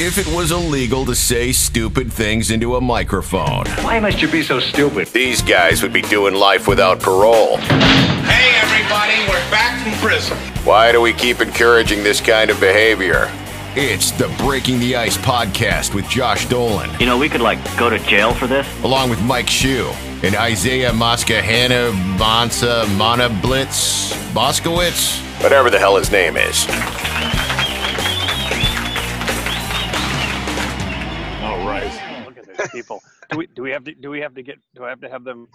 if it was illegal to say stupid things into a microphone. Why must you be so stupid? These guys would be doing life without parole. Hey, everybody, we're back from prison. Why do we keep encouraging this kind of behavior? It's the Breaking the Ice podcast with Josh Dolan, You know, we could like go to jail for this. along with Mike Shue and Isaiah Moscahana Bonsa Monablitz Boskowitz, whatever the hell his name is. All Oh, right. Look at these people. Do we, do we have to, do we have to get, do I have to have them?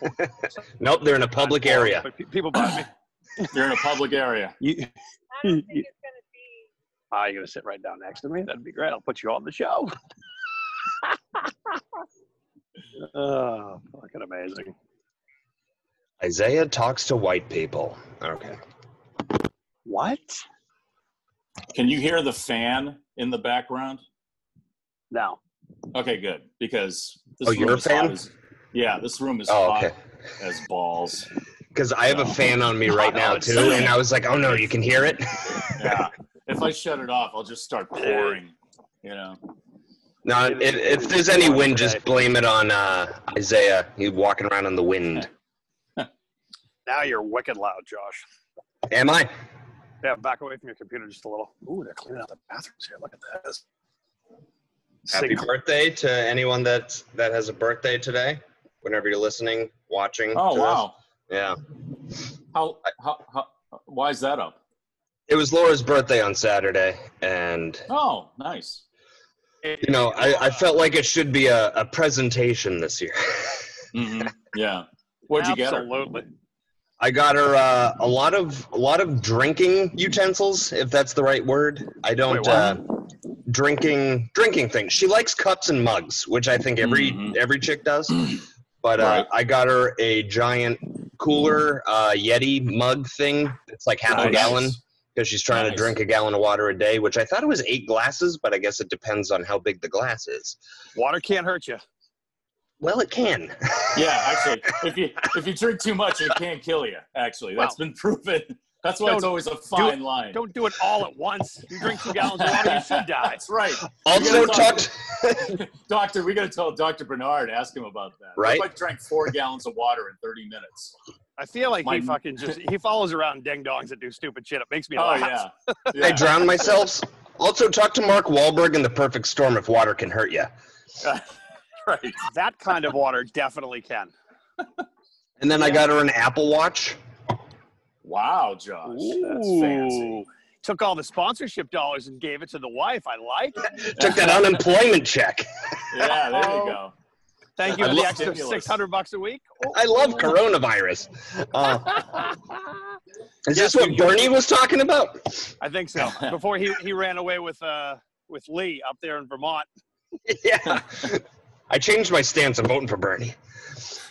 Nope, they're in a public area. But pe- People bother me. You're in a public area. You, I don't think it's gonna be. ah, you're gonna sit right down next to me. That'd be great. I'll put you on the show. oh, fucking amazing. Isaiah talks to white people. Okay. What? Can you hear the fan in the background? No. Okay, good. Because this Oh, you're room a is hot fan? as- yeah, this room is Oh, hot okay. as balls. Because I have a fan on me right now too, and I was like, "Oh no, you can hear it." Yeah. if I shut it off, I'll just start pouring. You know. no, if, if there's any wind, just blame it on uh, Isaiah. He's walking around in the wind. Now you're wicked loud, Josh. Am I? Yeah, back away from your computer just a little. Ooh, they're cleaning out the bathrooms here. Look at this. Happy Sing- birthday to anyone that that has a birthday today. Whenever you're listening, watching. Oh to us. wow. Yeah. How, how how why is that up? It was Laura's birthday on Saturday, and Oh, nice. you know, I, I felt like it should be a, a presentation this year. Mhm. Yeah. What'd you get her? Absolutely. I got her uh, a lot of a lot of drinking utensils, if that's the right word. I don't Wait, what? uh, drinking drinking things. She likes cups and mugs, which I think every Mhm. every chick does. But uh, Right. I got her a giant cooler uh, Yeti mug thing. It's like half a Nice. gallon because she's trying to Nice. drink a gallon of water a day, which I thought it was eight glasses, but I guess it depends on how big the glass is. Water can't hurt you. Well, it can. Yeah, actually, if you if you drink too much, it can kill you. Actually, that's been proven. That's why it's Don't always a fine line. Don't do it all at once. You drink two gallons of water, you should die. That's right. also You guys talked. Doctor, we got to tell Dr. Bernard, ask him about that. Right. I drank four gallons of water in 30 minutes. I feel like My- he fucking just he follows around ding dongs that do stupid shit. It makes me Oh, laugh. yeah. I Yeah. drown myself. Also, talk to Mark Wahlberg in The Perfect Storm if water can hurt you. right. That kind of water definitely can. And then I got her an Apple Watch. Wow, Josh. Oh, That's fancy. Ooh. Took all the sponsorship dollars and gave it to the wife. I like it. Took that unemployment check. Yeah, there you go. Oh. Thank you I for the love extra stimulus. six hundred bucks a week. Oh, I love coronavirus. Uh, is this what Bernie was talking about? I think so. Before he, he ran away with uh with Lee up there in Vermont. yeah. I changed my stance. I'm voting for Bernie.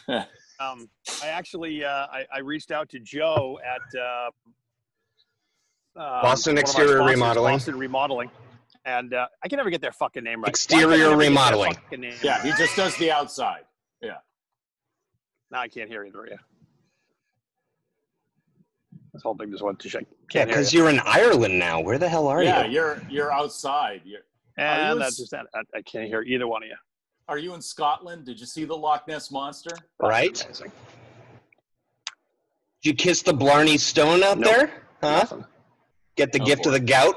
Um, I actually uh, I, I reached out to Joe at uh, um, Boston one of our Exterior sponsors, Remodeling. Boston Remodeling, and uh, I can never get their fucking name right. Why Exterior can I never get their Remodeling. fucking name Yeah, right? he just does the outside. Now I can't hear either of you. This whole thing just went to shake. Yeah, Can't hear because you. you're in Ireland now. Where the hell are yeah, you? you're you're outside. You're, And you that's s- just that. I, I can't hear either one of you. are you in Scotland? Did you see the Loch Ness monster? Right? Did you kiss the Blarney Stone out Nope. there? Huh? Nothing. Get the No gift of boy. the gout?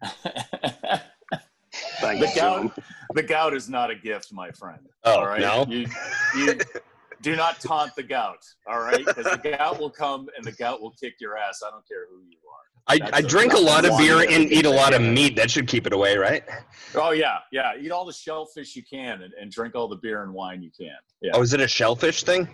the Thank you. gout Zoom. the gout is not a gift, my friend. Oh, all right. no? You, you do not taunt the gout. All right, because the gout will come and the gout will kick your ass. I don't care who you are. I, That's I a- drink a lot of that's a beer lot. and eat a lot of meat. That should keep it away, right? Oh yeah, yeah. Eat all the shellfish you can, and, and drink all the beer and wine you can. Yeah. Oh, is it a shellfish thing?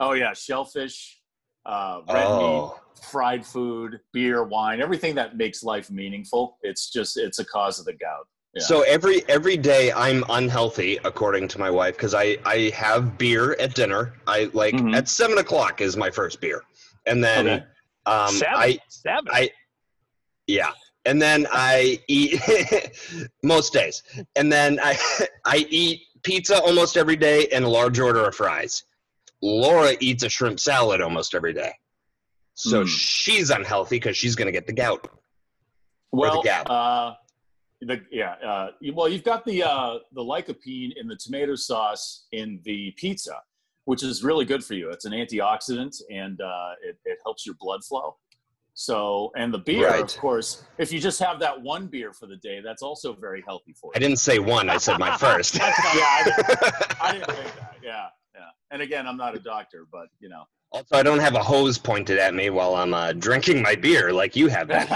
Oh yeah, shellfish, uh, red meat, oh, fried food, beer, wine, everything that makes life meaningful. It's just it's a cause of the gout. yeah. so every every day I'm unhealthy, according to my wife, because I I have beer at dinner. I like Mhm. at seven o'clock is my first beer, and then Okay. um Seven. I Seven. I- yeah, and then I eat most days, and then I I eat pizza almost every day and a large order of fries. Laura eats a shrimp salad almost every day, so Mm. she's unhealthy because she's gonna get the gout. Well, gout. uh, The, yeah. Uh, you- well, you've got the uh, the lycopene in the tomato sauce in the pizza, which is really good for you. It's an antioxidant and uh, it, it helps your blood flow. So, and the beer, Right. of course, if you just have that one beer for the day, that's also very healthy for I you. didn't say one. I said my first. That's not- yeah, I didn't, I didn't think that. Yeah, yeah. And again, I'm not a doctor, but you know. also, I don't have a hose pointed at me while I'm uh, drinking my beer like you have been.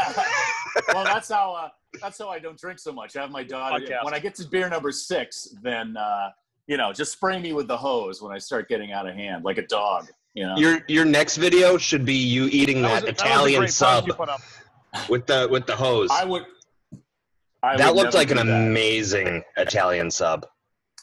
well, that's how uh, that's how I don't drink so much. I have my daughter. Podcast. When I get to beer number six, then uh, you know, just spray me with the hose when I start getting out of hand, like a dog. You know, Your your next video should be you eating was that, a- was a Italian great post sub you put up. with the with the hose. I would. I that would looked never like an do that. amazing Italian sub.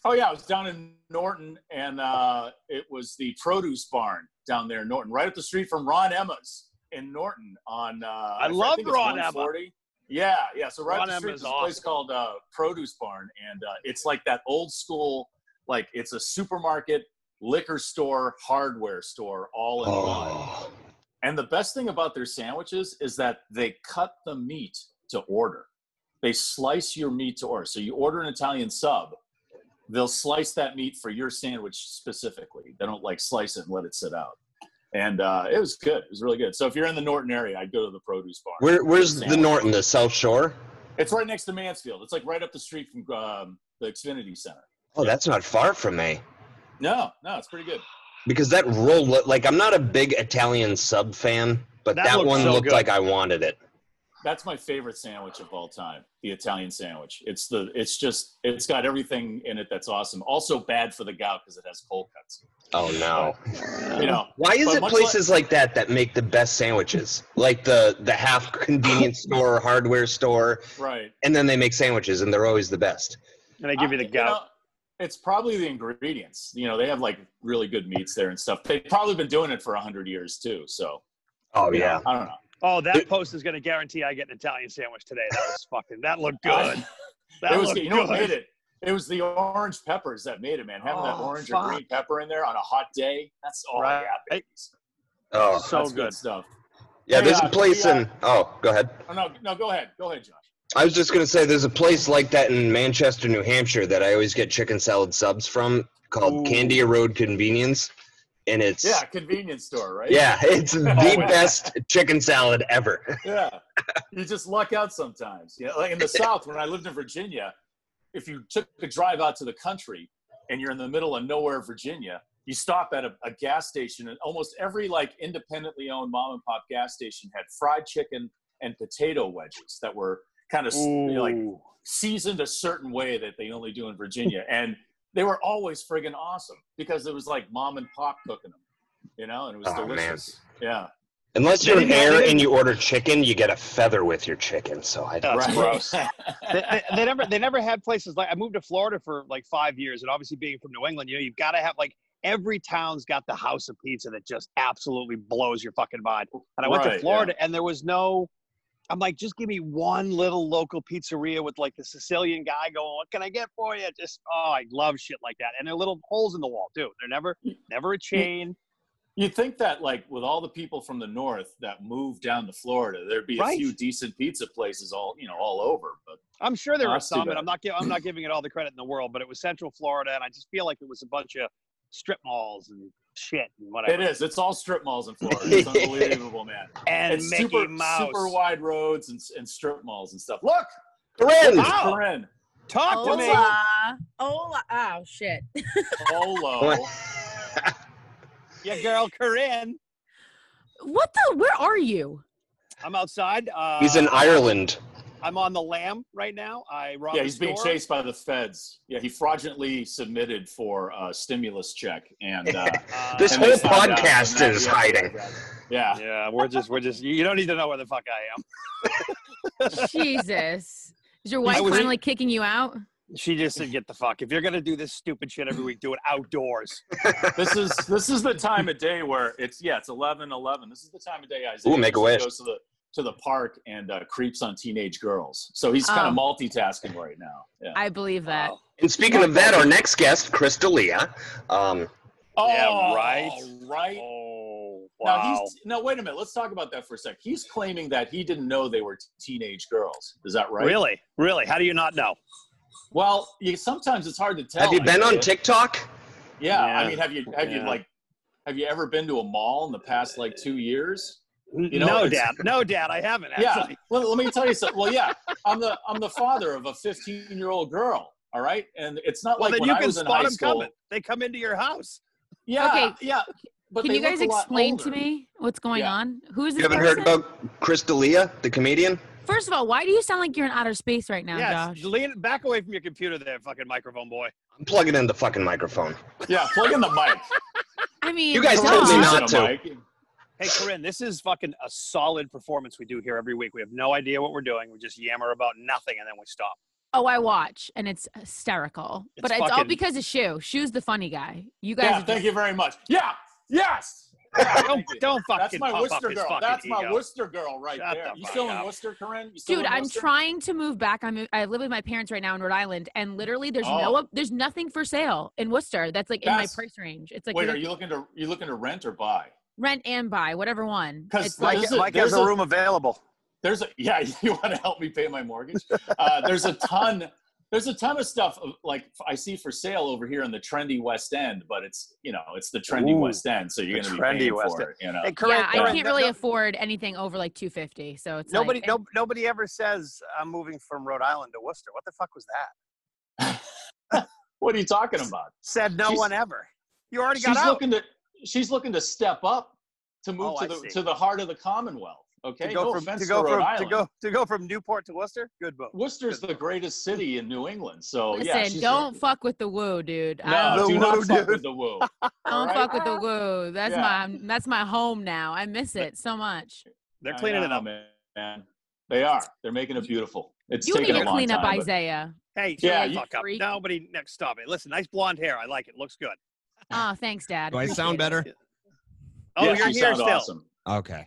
Oh yeah, I was down in Norton, and uh, it was the produce barn down there in Norton, right up the street from Ron Emma's in Norton. On uh, I, love think it's Ron Emma. 140. Yeah, yeah. So right Ron up the street, Emma's there's a place awesome. called uh, Produce Barn, and uh, it's like that old school, like it's a supermarket, liquor store, hardware store, all in one. Oh, And the best thing about their sandwiches is that they cut the meat to order. They slice your meat to order. So you order an Italian sub, they'll slice that meat for your sandwich specifically. They don't like slice it and let it sit out. And uh, it was good. It was really good. So if you're in the Norton area, I'd go to the produce bar. where where's the Sandwich. Norton? The South Shore? It's right next to Mansfield. It's like right up the street from um, the Xfinity Center. Oh, that's not far from me. No, no, it's pretty good. Because that roll, look- like I'm not a big Italian sub fan, but That that, looked one so looked good. like I wanted it. That's my favorite sandwich of all time, the Italian sandwich. It's the it's just it's got everything in it that's awesome. Also bad for the gout because it has cold cuts. Oh no! You know, Why is But it much places like that that make the best sandwiches? Like the the half convenience store, hardware store, right. and then they make sandwiches, and they're always the best. And they give you the I- gout. know, it's probably the ingredients. You know, they have like really good meats there and stuff. They've probably been doing it for a hundred years too. So Oh you know, yeah. I don't know. Oh, that post is going to guarantee I get an Italian sandwich today. That was fucking. That looked good. That it was looked you know what good. made it. It was the orange peppers that made it, man. Having that Oh, orange fuck. or green pepper in there on a hot day, that's all Right. right. Oh So that's good. good stuff. yeah. Hey, There's a uh, place we, uh, in. Oh, go ahead. Oh, no, no, go ahead. Go ahead, Josh. I was just gonna say there's a place like that in Manchester, New Hampshire that I always get chicken salad subs from called Ooh. Candia Road Convenience, and it's Yeah, convenience store, right? yeah, it's the Always. best chicken salad ever. Yeah. You just luck out sometimes. Yeah. Like in the South, when I lived in Virginia, if you took a drive out to the country and you're in the middle of nowhere, Virginia, you stop at a, a gas station and almost every like independently owned mom and pop gas station had fried chicken and potato wedges that were kind of like Ooh. seasoned a certain way that they only do in Virginia. and they were always friggin' awesome because it was like mom and pop cooking them, you know, and it was Oh, man. delicious. Yeah. Unless you're an They didn't- heir they and you order chicken, you get a feather with your chicken. So I don't. That's right. gross. they, I- they never they never had places like I moved to Florida for like five years, and obviously being from New England, you know, you've got to have like every town's got the house of pizza that just absolutely blows your fucking mind. And I went Right, to yeah. Florida, and there was no. I'm like, just give me one little local pizzeria with like the Sicilian guy going, "What can I get for you?" Just oh, I love shit like that, and they're little holes in the wall too. They're never never Mm. a chain. You'd think that, like, with all the people from the north that moved down to Florida, there'd be Right. a few decent pizza places all you know all over. But I'm sure there Oh, were that's too some, and bad. I'm not giving I'm not giving it all the credit in the world, but it was Central Florida, and I just feel like it was a bunch of strip malls and shit and it whatever. is. It's all strip malls in Florida. It's unbelievable, man. And it's Mickey super Mouse, super wide roads and, and strip malls and stuff. Look, Corinne! it's Wow. Corinne. talk to me. Uh, Ola. Ola. Oh, shit. Polo. Yeah, girl, Corinne. What the? Where are you? I'm outside. Uh, He's in Ireland. I'm on the lamb right now. I robbed yeah, a he's being store. chased by the feds. Yeah, he fraudulently submitted for a stimulus check, and uh, Uh, This and they whole found out, podcast and that- is yeah, hiding. Yeah, yeah, we're just we're just. You don't need to know where the fuck I am. Jesus. Is your I wife was- finally kicking you out? She just said, "Get the fuck. If you're gonna do this stupid shit every week, do it outdoors." this is this is the time of day where it's yeah it's 11 11 this is the time of day Isaiah Ooh, make a wish. goes to the to the park and uh, creeps on teenage girls so he's kind of Oh. multitasking right now yeah I believe that. Oh, Wow. And speaking of that, our next guest, Chris D'Elia. Um, oh Yeah, right. right Oh, Wow. Now, he's, now, wait a minute. Let's talk about that for a sec. He's claiming that he didn't know they were teenage girls. Is that right? Really? Really? How do you not know? Well, you, sometimes it's hard to tell. Have you I been on guess. TikTok? Yeah, Yeah. I mean, have you have you Yeah. like have you ever been to a mall in the past like two years? You know, no, it's- Dad. No, Dad. I haven't Yeah. actually. Well, let me tell you something. Well, yeah, I'm the I'm the father of a 15 year old girl. All right, and it's not Well, like then when you I can was in spot high them school. coming. They come into your house. Yeah, Okay. yeah. But Can they you guys look a lot explain to older. me what's going Yeah. on? Who is You this haven't heard person? about Chris D'Elia, the comedian? First of all, why do you sound like you're in outer space right now, yes. Josh? Lean back away from your computer, there, fucking microphone boy. I'm plugging in the fucking microphone. Yeah, plug in the mic. I mean, You guys Josh, told me Plug not in the to. mic. Hey, Corinne, this is fucking a solid performance we do here every week. We have no idea what we're doing. We just yammer about nothing and then we stop. Oh, I watch, and it's hysterical. It's but it's all fucking- because of Shoe. Shoe's the funny guy. You guys, Yeah, are thank just- you very much. Yeah, yes. Don't, don't fucking That's my pump up Worcester his girl. fucking That's my ego. Worcester girl right Shut there. the You still fuck in up. Worcester, Corinne? You still dude. in I'm Worcester? trying to move back. I'm I live with my parents right now in Rhode Island, and literally there's no there's nothing for sale in Worcester. That's like in my Oh. That's- price range. It's like Wait, ridic- are you looking to you looking to rent or buy? rent and buy, whatever one. 'Cause It's like- like Mike, There's a- Mike has there's a a- room available. There's a yeah. You want to help me pay my mortgage? Uh, there's a ton. There's a ton of stuff of, like I see for sale over here in the trendy West End, but it's you know it's the trendy Ooh, West End, so you're the going to be trendy paying West for it. You know, Hey, Corinne, yeah, I Corinne, can't no- really no- afford anything over like 250. So it's Nobody, like, eh, no, nobody ever says I'm moving from Rhode Island to Worcester. What the fuck was that? what are you talking about? Said no She's- one ever. You already She's got out. looking to she's looking to step up to move Oh, I to the see. to the heart of the Commonwealth. Okay, to go no from offense to go Rhode from to Island. go to go from Newport to Worcester. Good move. Worcester's the greatest city in New England, so listen, yeah. she's- don't fuck with the woo, dude. I no, The don't, do not woo, fuck dude. with the woo. don't alright? fuck with the woo. That's Yeah. my that's my home now. I miss it so much. They're I cleaning it know, up. man. man. They are. They're making it beautiful. It's You need taking a to long clean up time, but- Isaiah. Hey, shut Yeah, the you fuck up. freak. Nobody next stop it. Listen, nice blonde hair. I like it. Looks good. Oh, thanks, Dad. Do I sound better? Oh, Yes, you're you here sound still. awesome. Okay.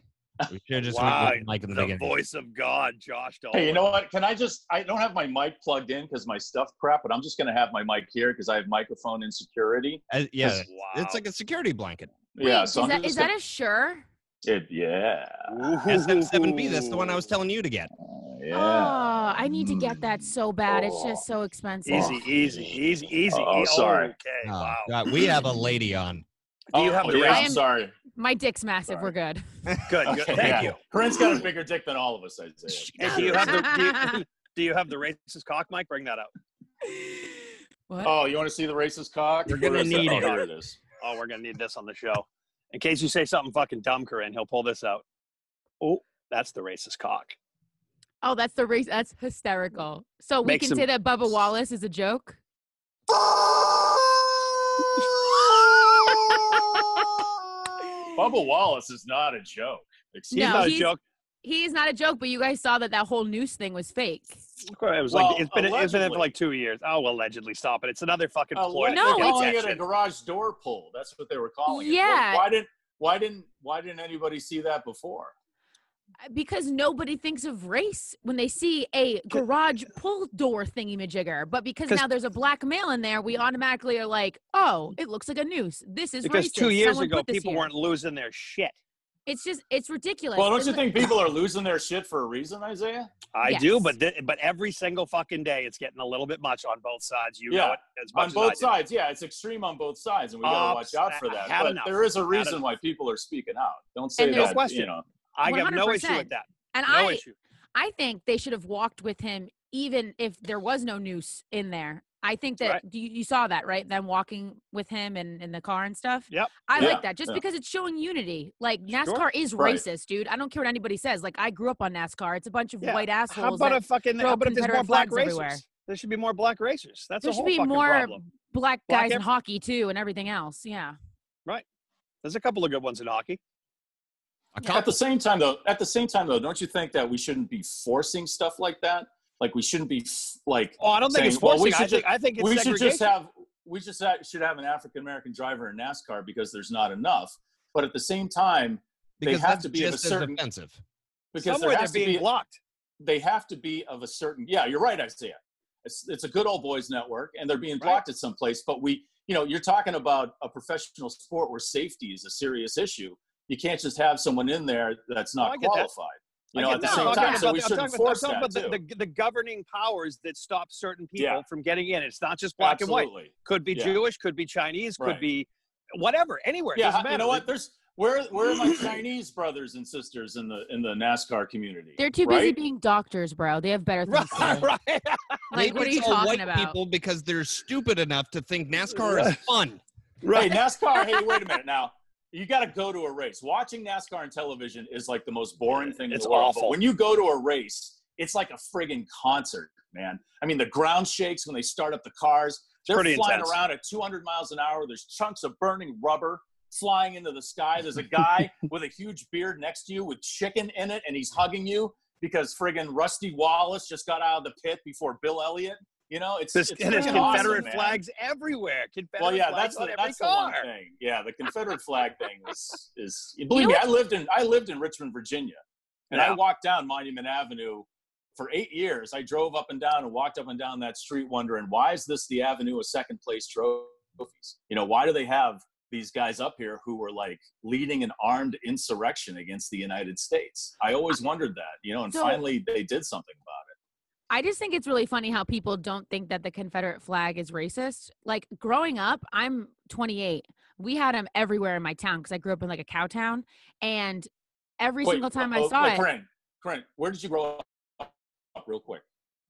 We should have just Wow, went with Mike in the, The beginning. voice of God, Josh. Dolan. Hey, you know what? Can I just? I don't have my mic plugged in because my stuff crap, but I'm just gonna have my mic here because I have microphone insecurity. Uh, yeah, Wow. it's like a security blanket. yeah. Wait, So is, I'm that, is just that gonna- a sure? it, yeah. SM7B, that's the one I was telling you to get. Yeah. Oh, I need to Hmm. Hmm. get that so bad. It's just so expensive. Easy, easy, easy, easy. Oh, sorry. Okay, Oh, wow. God, we have a lady on. Do you have oh, the yeah, right- I'm sorry. My dick's massive. We're good. Good, good. Okay, Thank yeah. you. Corinne's got a bigger dick than all of us, I'd say. Hey, do you have the do you, do you have the racist cock, Mike? Bring that up. What? Oh, you want to see the racist cock? You're gonna Where is that? need Oh, it. Here it is. Oh, we're gonna need this on the show. In case you say something fucking dumb, Corinne, he'll pull this out. Oh, that's the racist cock. Oh, that's the race. That's hysterical. So we Makes can him- say that Bubba Wallace is a joke. Bubba Wallace is not a joke. Excuse He's No, not a he's- joke. He is not a joke, but you guys saw that that whole noose thing was fake. It was Well, like it's been it's been in for allegedly. like two years. Oh, allegedly, stop it. It's another fucking Oh, ploy. what- to No, get they're it's- calling it a attention. garage door pull. That's what they were calling it. Yeah. Why- Why didn't why didn't why didn't anybody see that before? because nobody thinks of race when they see a garage pull door thingy-majigger. But because 'Cause- now there's a black male in there, we automatically are like, oh, it looks like a noose. This is because racist. two years Someone ago put this people here." weren't losing their shit. It's just, it's ridiculous. Well, It don't you li- think people are losing their shit for a reason, Isaiah? I do, Yes. but th- but every single fucking day it's getting a little bit much on both sides. You know Yeah, it as much On as I both do. sides, yeah, it's extreme on both sides, and we got to Oh, watch out for I that. had But enough. there is a enough. reason why people are speaking out. Don't say And there's- that. No question. You know, I have no issue 100%. with that. And No I, issue. I think they should have walked with him even if there was no noose in there. I think that Right. do you, you saw that, right? Them walking with him and in the car and stuff. Yep. I Yeah, like that just yeah. because it's showing unity. Like NASCAR is Right. racist, dude. I don't care what anybody says. Like I grew up on NASCAR. It's a bunch of Yeah. white assholes. How about that- a fucking? throw How about if there's Confederate more black flags racers? everywhere. There should be more black racers. That's there a whole should be fucking more problem. black Black guys in ev- hockey too, and everything else. Yeah. There's a couple of good ones in hockey. A at couple. the same time, though, at the same time, though, don't you think that we shouldn't be forcing stuff like that? Like we shouldn't be f- like Oh, I don't think Saying, it's well, forcing. we I should think ju- I think it's we should segregation. just have we just ha- should have an African American driver in NASCAR because there's not enough. But at the same time, Because have that's to be of a just as certain- offensive. because Somewhere there they're has to being be blocked. they have to be of a certain yeah you're right isaiah it's, it's a good old boys network and they're being blocked at some place but we you know you're talking about a professional sport where safety is a serious issue you can't just have someone in there that's Oh, I not get that. qualified. You know, I at the get- same no, I'm time, talking so about we the- I'm shouldn't talking about- I'm force talking that about too. the, the, the governing powers that stop certain people Yeah. from getting in. It's not just black and white. Absolutely. Could be Yeah. Jewish. Could be Chinese. Could Right. be whatever. Anywhere. It doesn't Yeah, matter. you know what? There's where where are my Chinese brothers and sisters in the in the NASCAR community? They're too busy right? being doctors, bro. They have better things to Right. do. right. Like, what are It's you all talking white about? People because they're stupid enough to think NASCAR is fun. Hey, NASCAR, hey, wait a minute now. You got to go to a race. Watching NASCAR on television is like the most boring thing It's in the world. awful. But when you go to a race, it's like a friggin' concert, man. I mean, the ground shakes when they start up the cars. They're pretty flying intense. around at 200 miles an hour. There's chunks of burning rubber flying into the sky. There's a guy with a huge beard next to you with chicken in it, and he's hugging you because friggin' Rusty Wallace just got out of the pit before Bill Elliott. You know, it's This, it's and there's friggin' awesome, Confederate man flags everywhere. Confederate well, yeah, flags that's on the, every that's the car. one thing. Yeah, the Confederate flag thing is is believe me. know I lived in I lived in Richmond, Virginia, and Yeah. I walked down Monument Avenue for eight years. I drove up and down and walked up and down that street, wondering why is this the avenue of second place trophies? You know, why do they have these guys up here who were like leading an armed insurrection against the United States? I always wondered that. You know, and So- finally they did something about it. I just think it's really funny how people don't think that the Confederate flag is racist. Like growing up, I'm 28. We had them everywhere in my town because I grew up in like a cow town, and every Wait, single time I oh, saw wait, it, Corinne, Corinne, where did you grow up? Real quick,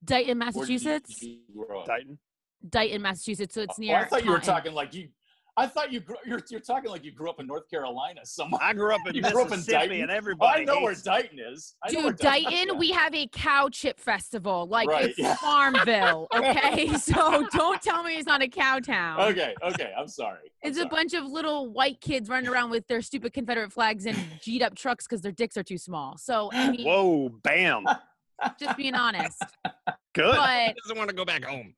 Dighton, Where did you- Massachusetts. you grow up? Titan. Dighton, Massachusetts. So it's Oh, near. I thought you were Taunton. talking like you. I thought you grew, you're you're talking like you grew up in North Carolina somewhere. I grew up in You grew up in Mississippi, Dighton? and Oh, everybody. I know where hates- Dighton is. I know where Dude, Dighton, is. we have a cow chip festival. Like Right, it's yeah. Farmville, okay? so don't tell me it's not a cow town. Okay, okay. I'm sorry. I'm It's a sorry. bunch of little white kids running around with their stupid Confederate flags and G'd up trucks because their dicks are too small. So, I mean, Whoa! Bam. just being honest. Good. But Doesn't want to go back home.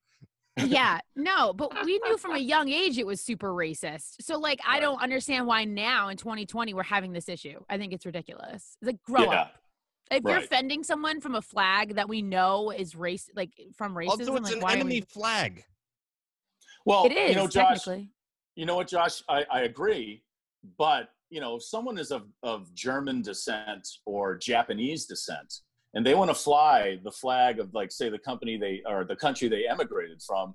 yeah, no, but we knew from a young age it was super racist. So, like, I don't understand why now in 2020 we're having this issue. I think it's ridiculous. It's like, grow Yeah. up. If you're right. offending someone from a flag that we know is race, like from racism, Also, it's like, an why are enemy we- flag. Well, it is you know, Josh. technically. You know what, Josh? I, I agree, but you know, if someone is of of German descent or Japanese descent, and they want to fly the flag of, like, say, the company they or the country they emigrated from,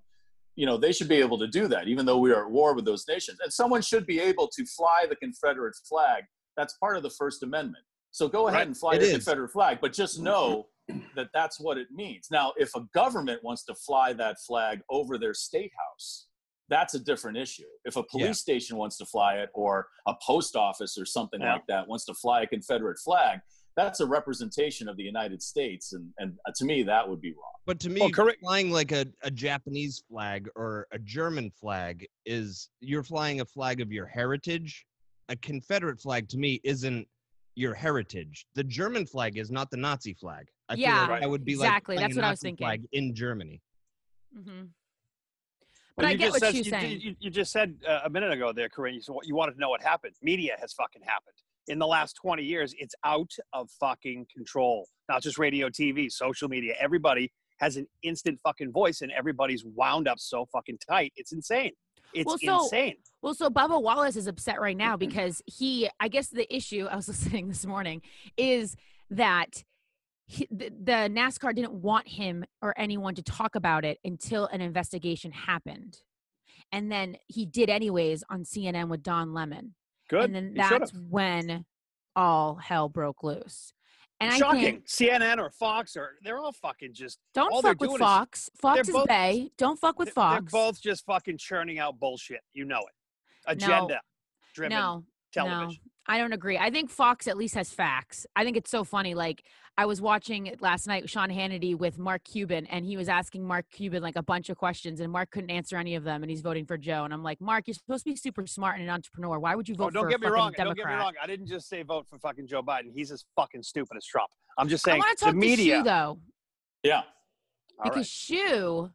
you know, they should be able to do that, even though we are at war with those nations. And someone should be able to fly the Confederate flag. That's part of the First Amendment. So go ahead Right, and fly it the is. Mm-hmm. Confederate flag, but just know that that's what it means. Now, if a government wants to fly that flag over their state house, that's a different issue. If a police Yeah. station wants to fly it, or a post office or something Yeah. like that wants to fly a Confederate flag, that's a representation of the United States, and and uh, to me that would be wrong. But to me, Oh, Well, correct. flying like a, a Japanese flag or a German flag is you're flying a flag of your heritage. A Confederate flag to me isn't your heritage. The German flag is not the Nazi flag. I Yeah, feel like I would be exactly. like playing That's a what I was Nazi thinking. Flag in Germany. hmm But I you get just what said- you're you- saying. You, you just said uh, a minute ago there, Corinne. You, said, you wanted to know what happened. Media has fucking happened. In the last 20 years, it's out of fucking control. Not just radio, TV, social media. Everybody has an instant fucking voice, and everybody's wound up so fucking tight. It's insane. It's Well, so- insane. Well, so Bubba Wallace is upset right now because he, I guess the issue I was listening this morning is that he, the, the NASCAR didn't want him or anyone to talk about it until an investigation happened. And then he did, anyways, on CNN with Don Lemon. Good. And then You should've. that's when all hell broke loose. And I Shocking. think, CNN or Fox or they're all fucking just don't all they're fuck with doing is- Fox. Fox is both- Bay. Don't fuck with they're- Fox. They're both just fucking churning out bullshit. You know it. Agenda driven no, television. I don't agree. I think Fox at least has facts. I think it's so funny. Like I was watching it last night Sean Hannity with Mark Cuban, and he was asking Mark Cuban like a bunch of questions, and Mark couldn't answer any of them, and he's voting for Joe. And I'm like, Mark, you're supposed to be super smart and an entrepreneur. Why would you vote Oh, don't for get a me fucking wrong. Democrat? Don't get me wrong. I didn't just say vote for fucking Joe Biden. He's as fucking stupid as Trump. I'm just I saying want to the talk to media. Shu though, Yeah, All because right. Shu,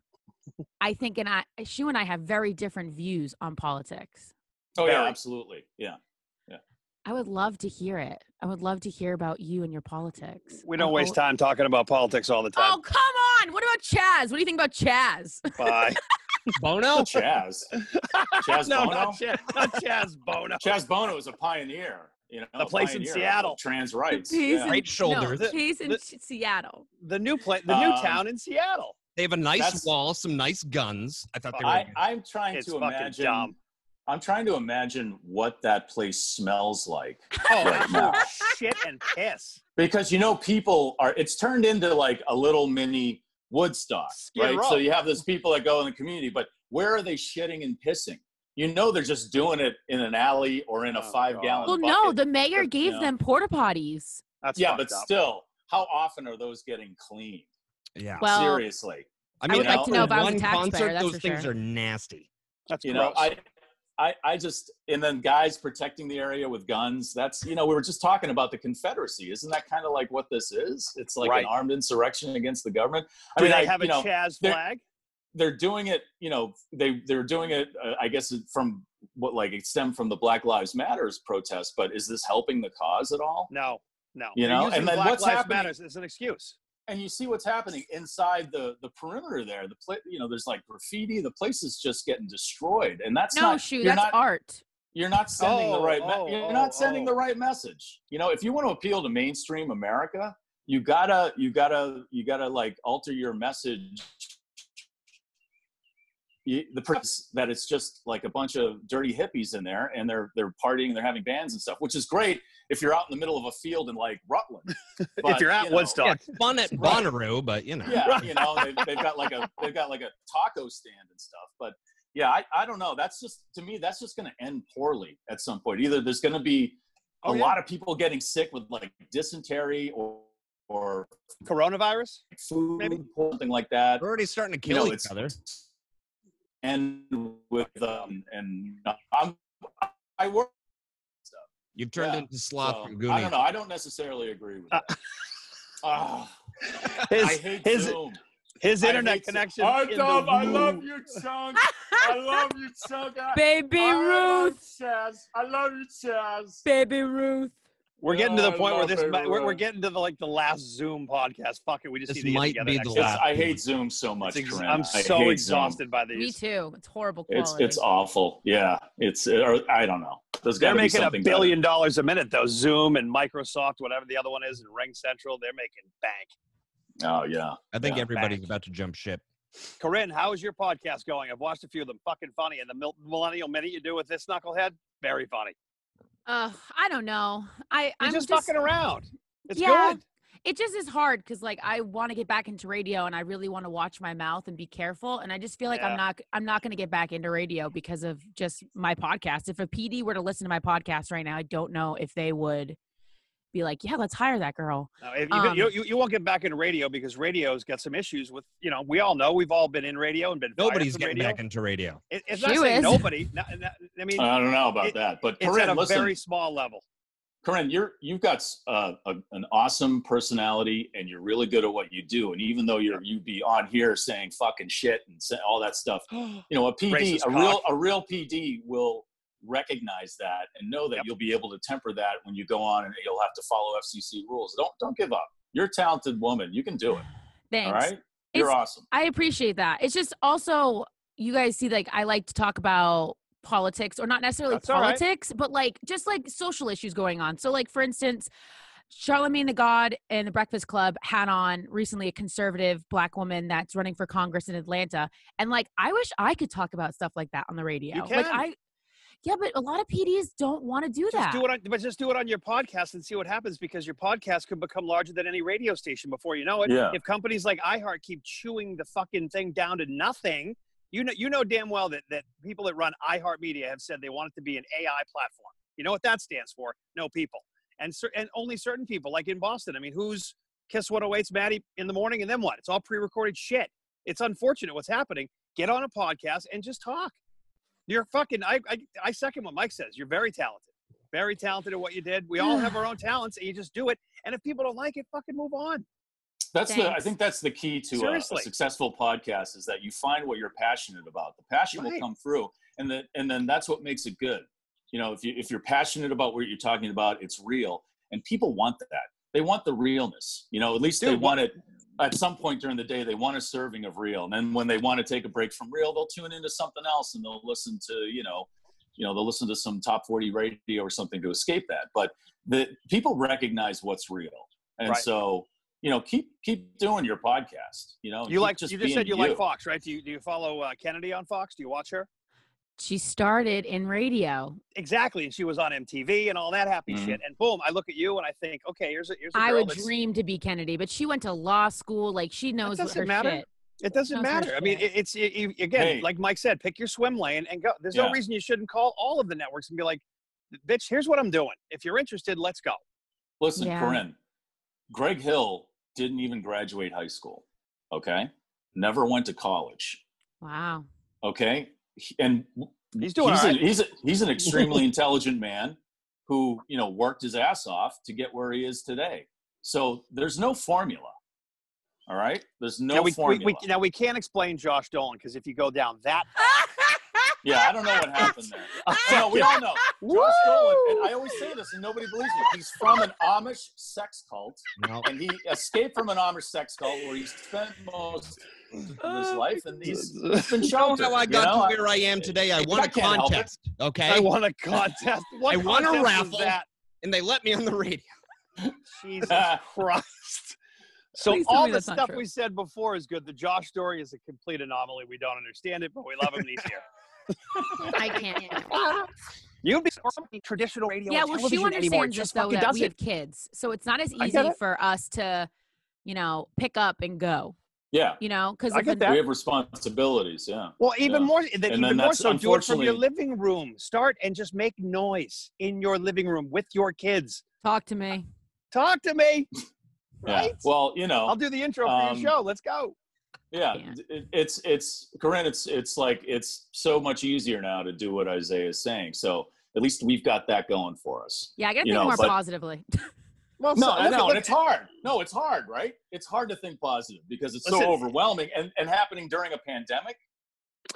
I think, and I, Shu and I have very different views on politics. oh yeah, Very. absolutely, yeah. I would love to hear it. I would love to hear about you and your politics. We I'm don't al- waste time talking about politics all the time. Oh come on! What about Chaz? What do you think about Chaz? Oh. Bye. Bono? Chaz, Chaz no, Bono. not Chaz, not Chaz Bono. Chaz Bono is a pioneer You know, The place in pioneer of Seattle. Trans rights. He's yeah. in- Right shoulder. No, The- he's in the- Ch- Seattle. The new place, the new Um, town in Seattle. They have a nice That's- wall, some nice guns. I thought they were. I, I'm trying It's to fucking imagine. dumb. I'm trying to imagine what that place smells like. Oh, Right now. shit and piss. because you know people are it's turned into like a little mini woodstock Skid right Row. so you have those people that go in the community but where are they shitting and pissing you know they're just doing it in an alley or in a Oh, 5 gallon Well, bucket. no, the mayor gave yeah. them porta potties. That's yeah fucked but up. still how often are those getting cleaned yeah. Well, seriously I would like to know for if I was a one taxpayer, concert, that's those for things sure. are nasty. That's you gross. know i I, I just and then guys protecting the area with guns. That's you know we were just talking about the Confederacy. Isn't that kind of like what this is? It's like Right. an armed insurrection against the government. Do they I, have you a know, Chaz there- flag? they're doing it you know they they're doing it uh, i guess it- from what like it stemmed from the black lives matters protest but is this helping the cause at all No, no. You They're know, using and then Black what's Lives happening- Matters as an excuse. and you see what's happening inside the the perimeter there the pla- you know there's like graffiti the place is just getting destroyed and that's No, not shoot, you're that's not art. you're not sending Oh, the right me- oh, you're oh, not sending oh. the right message you know if you want to appeal to mainstream america you gotta you gotta you gotta like alter your message you, the purpose that it's just like a bunch of dirty hippies in there and they're they're partying they're having bands and stuff which is great if you're out in the middle of a field in like rutland if you're at you know, Woodstock, Yeah, it's fun at Right. Bonnaroo, but you know. yeah you know they've, they've got like a they've got like a taco stand and stuff but yeah I, I don't know that's just to me that's just going to end poorly at some point either there's going to be a Oh, yeah. lot of people getting sick with like dysentery or or coronavirus. food Maybe. or something like that We're already starting to You kill know, each it's- other. and with um and i'm i work You've turned yeah, into sloth so, from i don't Goonies. know i don't necessarily agree with that Ah, Uh, His i hate his Zoom. his I internet hate Zoom. connection. I, in the love, I love woo. you chunk i love you chunk I- Baby Ruth. Chaz. I love you, Chaz. Baby Ruth. We're getting to No, the I point where love this Baby might, we're, we're Ruth. getting to the like the last Zoom podcast. Fuck it, we just This need to might get together be next the time. last. I hate Zoom so much, It's ex- Corinne. I'm I so hate exhausted by these. Me too. It's horrible Zoom. quality. It's it's awful. Yeah, it's uh, or, I don't know. There's They're got to be making a something billion dollars a minute though. Zoom and Microsoft, whatever the other one is, and Ring Central, they're making bank. Better. Oh yeah. I think Yeah, everybody's back. about to jump ship. Corinne, how is your podcast going? I've watched a few of them. Fucking funny. And the mil- millennial minute you do with this knucklehead, very funny. Uh, I don't know. I You're I'm just, just, fucking around. It's Yeah. good. It just is hard because like I want to get back into radio and I really want to watch my mouth and be careful. And I just feel like Yeah. I'm not I'm not going to get back into radio because of just my podcast. If a PD were to listen to my podcast right now, I don't know if they would be like, yeah, let's hire that girl. No, if- Um, you, you, you won't get back in radio because radio's got some issues with, you know, we all know we've all been in radio and been fired Nobody's from getting radio. back into radio. It, it's not She saying is. nobody. No- no- I mean, I don't know about It- that, but it's at a Uh, Corinne, listen, very small level. Corinne, you're you've got uh, a, an awesome personality, and you're really good at what you do. And even though you're you be on here saying fucking shit and say, all that stuff, you know, a PD, Racist a cock. real a real PD will recognize that and know that Yep. you'll be able to temper that when you go on, and you'll have to follow FCC rules. Don't don't give up. You're a talented woman. You can do it. Thanks. All right. You're It's- awesome. I appreciate that. It's just also you guys see like I like to talk about politics or not necessarily That's all right. politics, but like just like social issues going on. So like for instance, Charlemagne the God and the Breakfast Club had on recently a conservative black woman that's running for Congress in Atlanta. And like I wish I could talk about stuff like that on the radio. Like can. I yeah, but a lot of PDs don't want to do Just that. do it on, but just do it on your podcast and see what happens because your podcast could become larger than any radio station before you know it. Yeah. If companies like iHeart keep chewing the fucking thing down to nothing, you know you know damn well that, that people that run iHeartMedia have said they want it to be an AI platform. You know what that stands for? No people. And cer- and only certain people, like in Boston. I mean, who's Kiss 108's Maddie in the morning and then what? It's all pre-recorded shit. It's unfortunate what's happening. Get on a podcast and just talk. You're fucking I I, I second what Mike says. You're very talented very talented at what you did. We all have our own talents, and you just do it. And if people don't like it, fucking move on. That's the. I Thanks. think that's the key to a, a Seriously. successful podcast is that you find what you're passionate about. The passion will Right. come through, and then and then that's what makes it good. You know, if you if you're passionate about what you're talking about, it's real, and people want that. They want the realness. You know, at least they Dude, want it. At some point during the day, they want a serving of real, and then when they want to take a break from real, they'll tune into something else, and they'll listen to you know you know they'll listen to some top 40 radio or something to escape that but the people recognize what's real and Right. so you know keep keep doing your podcast you know You Oh, like? keep you just said being you, like Fox, right? Do you do you follow uh, Kennedy on Fox? Do you watch her? She started in radio. Exactly, and she was on MTV and all that happy Mhm. shit. And boom, I look at you and I think, okay, here's a here's a girl I would that's- dream to be Kennedy, but she went to law school. Like she knows what doesn't her matter. shit. It doesn't Knows her matter. I mean, shit. it, it's it, you- again, Hey. like Mike said, pick your swim lane and go. There's no Yeah. reason you shouldn't call all of the networks and be like, "Bitch, here's what I'm doing. If you're interested, let's go." Listen, Yeah. Corinne, Greg Hill didn't even graduate high school. Okay. Never went to college. Wow. Okay. He- And He's doing he's, all a- he's, a- he's an extremely intelligent man who, you know, worked his ass off to get where he is today. So there's no formula. All right. There's no now we, we, formula. we now we can't explain Josh Dolan because if you go down that, yeah. I don't know what happened there. No, we all know. Josh Dolan, and I always say this, and nobody believes me. He's from an Amish sex cult. No. and he escaped from an Amish sex cult where he spent most of Oh, his life, and he's he's been Show sheltered. how "Oh, I you got know? to where I am today. I won I a can't help it. contest, I okay? won a contest. What I won a contest was raffle. That And they let me on the radio. Jesus Christ. So Please tell all me the that's not stuff true. we said before is good. The Josh story is a complete anomaly. We don't understand it, but we love him. and He's here. I can't. You'd be or somebody traditional radio. yeah, and well, she television anymore. understands Just this though fucking that does we it. have kids, so it's not as I easy get it. for us to, you know, pick up and go. Yeah, You know, because I get that. we have responsibilities. Yeah, Well, even Yeah. more, th- then even more that's- so, do it from your unfortunately- living room. Start and just make noise in your living room with your kids. talk to me. Talk to me. yeah. Right? Well, you know, I'll do the intro for Um, your show. Let's go. yeah, Yeah. it- it's it's Corinne. It's it's like it's so much easier now to do what Isaiah is saying. So at least we've got that going for us. Yeah, I gotta You think know, more but- positively. Well, No, so- I look at- know, and look- it's hard. No, it's hard, right? It's hard to think positive because it's Listen. so overwhelming and, and happening during a pandemic.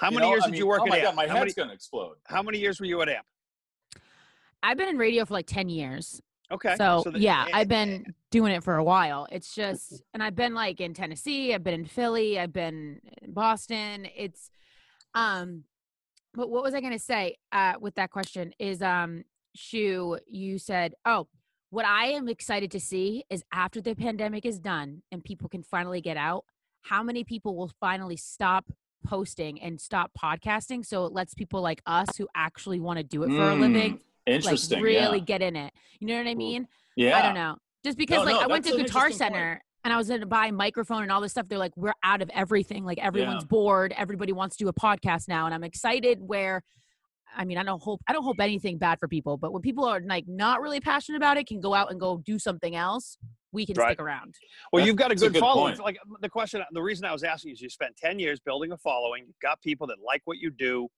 How you many know? years I did mean, you work Oh my at god, AMP? my How head's many, going to explode. how many years were you at AMP? I've been in radio for like ten years, Okay. so, the- yeah, eh, I've been doing it for a while. It's just, and I've been like in Tennessee, I've been in Philly, I've been in Boston. It's, um, but what was I gonna say uh, with that question? Is um, Shu, you said, oh, what I am excited to see is after the pandemic is done and people can finally get out, how many people will finally stop posting and stop podcasting? So it lets people like us who actually want to do it for a Mm, living like Interesting. really yeah. get in it. You know what I mean? Yeah. I don't know. Just because No, like no, I went that's to an Guitar interesting point. Center and I was going to buy a microphone and all this stuff. They're like, we're out of everything. Like everyone's bored. Everybody wants to do a podcast now. And I'm excited where I mean, I don't hope I don't hope anything bad for people, but when people are like not really passionate about it, can go out and go do something else, we can Right. stick around. Well, That's- you've got a that's a good, good following. point. Like the question, the reason I was asking is you spent 10 years building a following. You've got people that like what you do,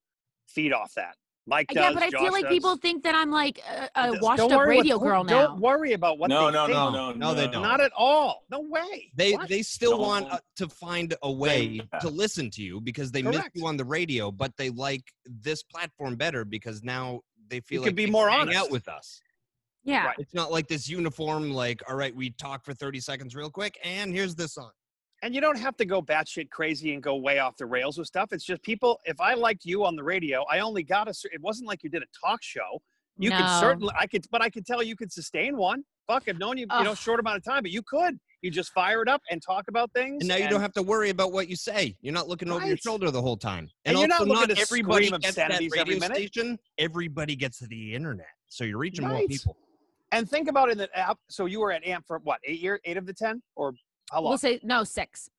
feed off that. Mike does. Uh, yeah, but I Josh feel like does. people think that I'm like a, a Just washed don't up worry what- radio who- girl now. Don't worry about what No, they no, think. no, think- no, No, they don't. Not at all. No way. They What? they still want No. uh, to find a way Yeah. to listen to you because they miss Correct. you on the radio, but they like this platform better because now they feel You like can be they more can hang honest. out with us. yeah. Right. It's not like this uniform, like all right, we talk for thirty seconds real quick, and here's this song. and you don't have to go batshit crazy and go way off the rails with stuff. It's just people. If I liked you on the radio, I only got a. cer- It wasn't like you did a talk show. You could No. certainly, I could, but I could tell you could sustain one. Fuck, I've known you, you know, Ugh. short amount of time, but you could. You just fire it up and talk about things. And now you don't have to worry about what you say. You're not looking over your Right. shoulder the whole time. And you're not looking to everybody scream gets that obscenities radio every minute. station. Everybody gets the internet, so you're reaching more Right. people. And think about it in the app. So you were at AMP for what, eight years, eight of the 10? Or how long? We'll say no six.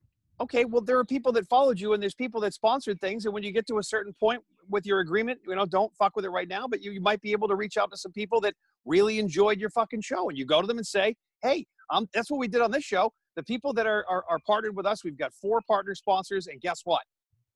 okay, well, there are people that followed you and there's people that sponsored things. And when you get to a certain point with your agreement, you know, don't fuck with it right now, but you, you might be able to reach out to some people that really enjoyed your fucking show. And you go to them and say, hey, um, that's what we did on this show. The people that are, are, are partnered with us, we've got four partner sponsors. And guess what?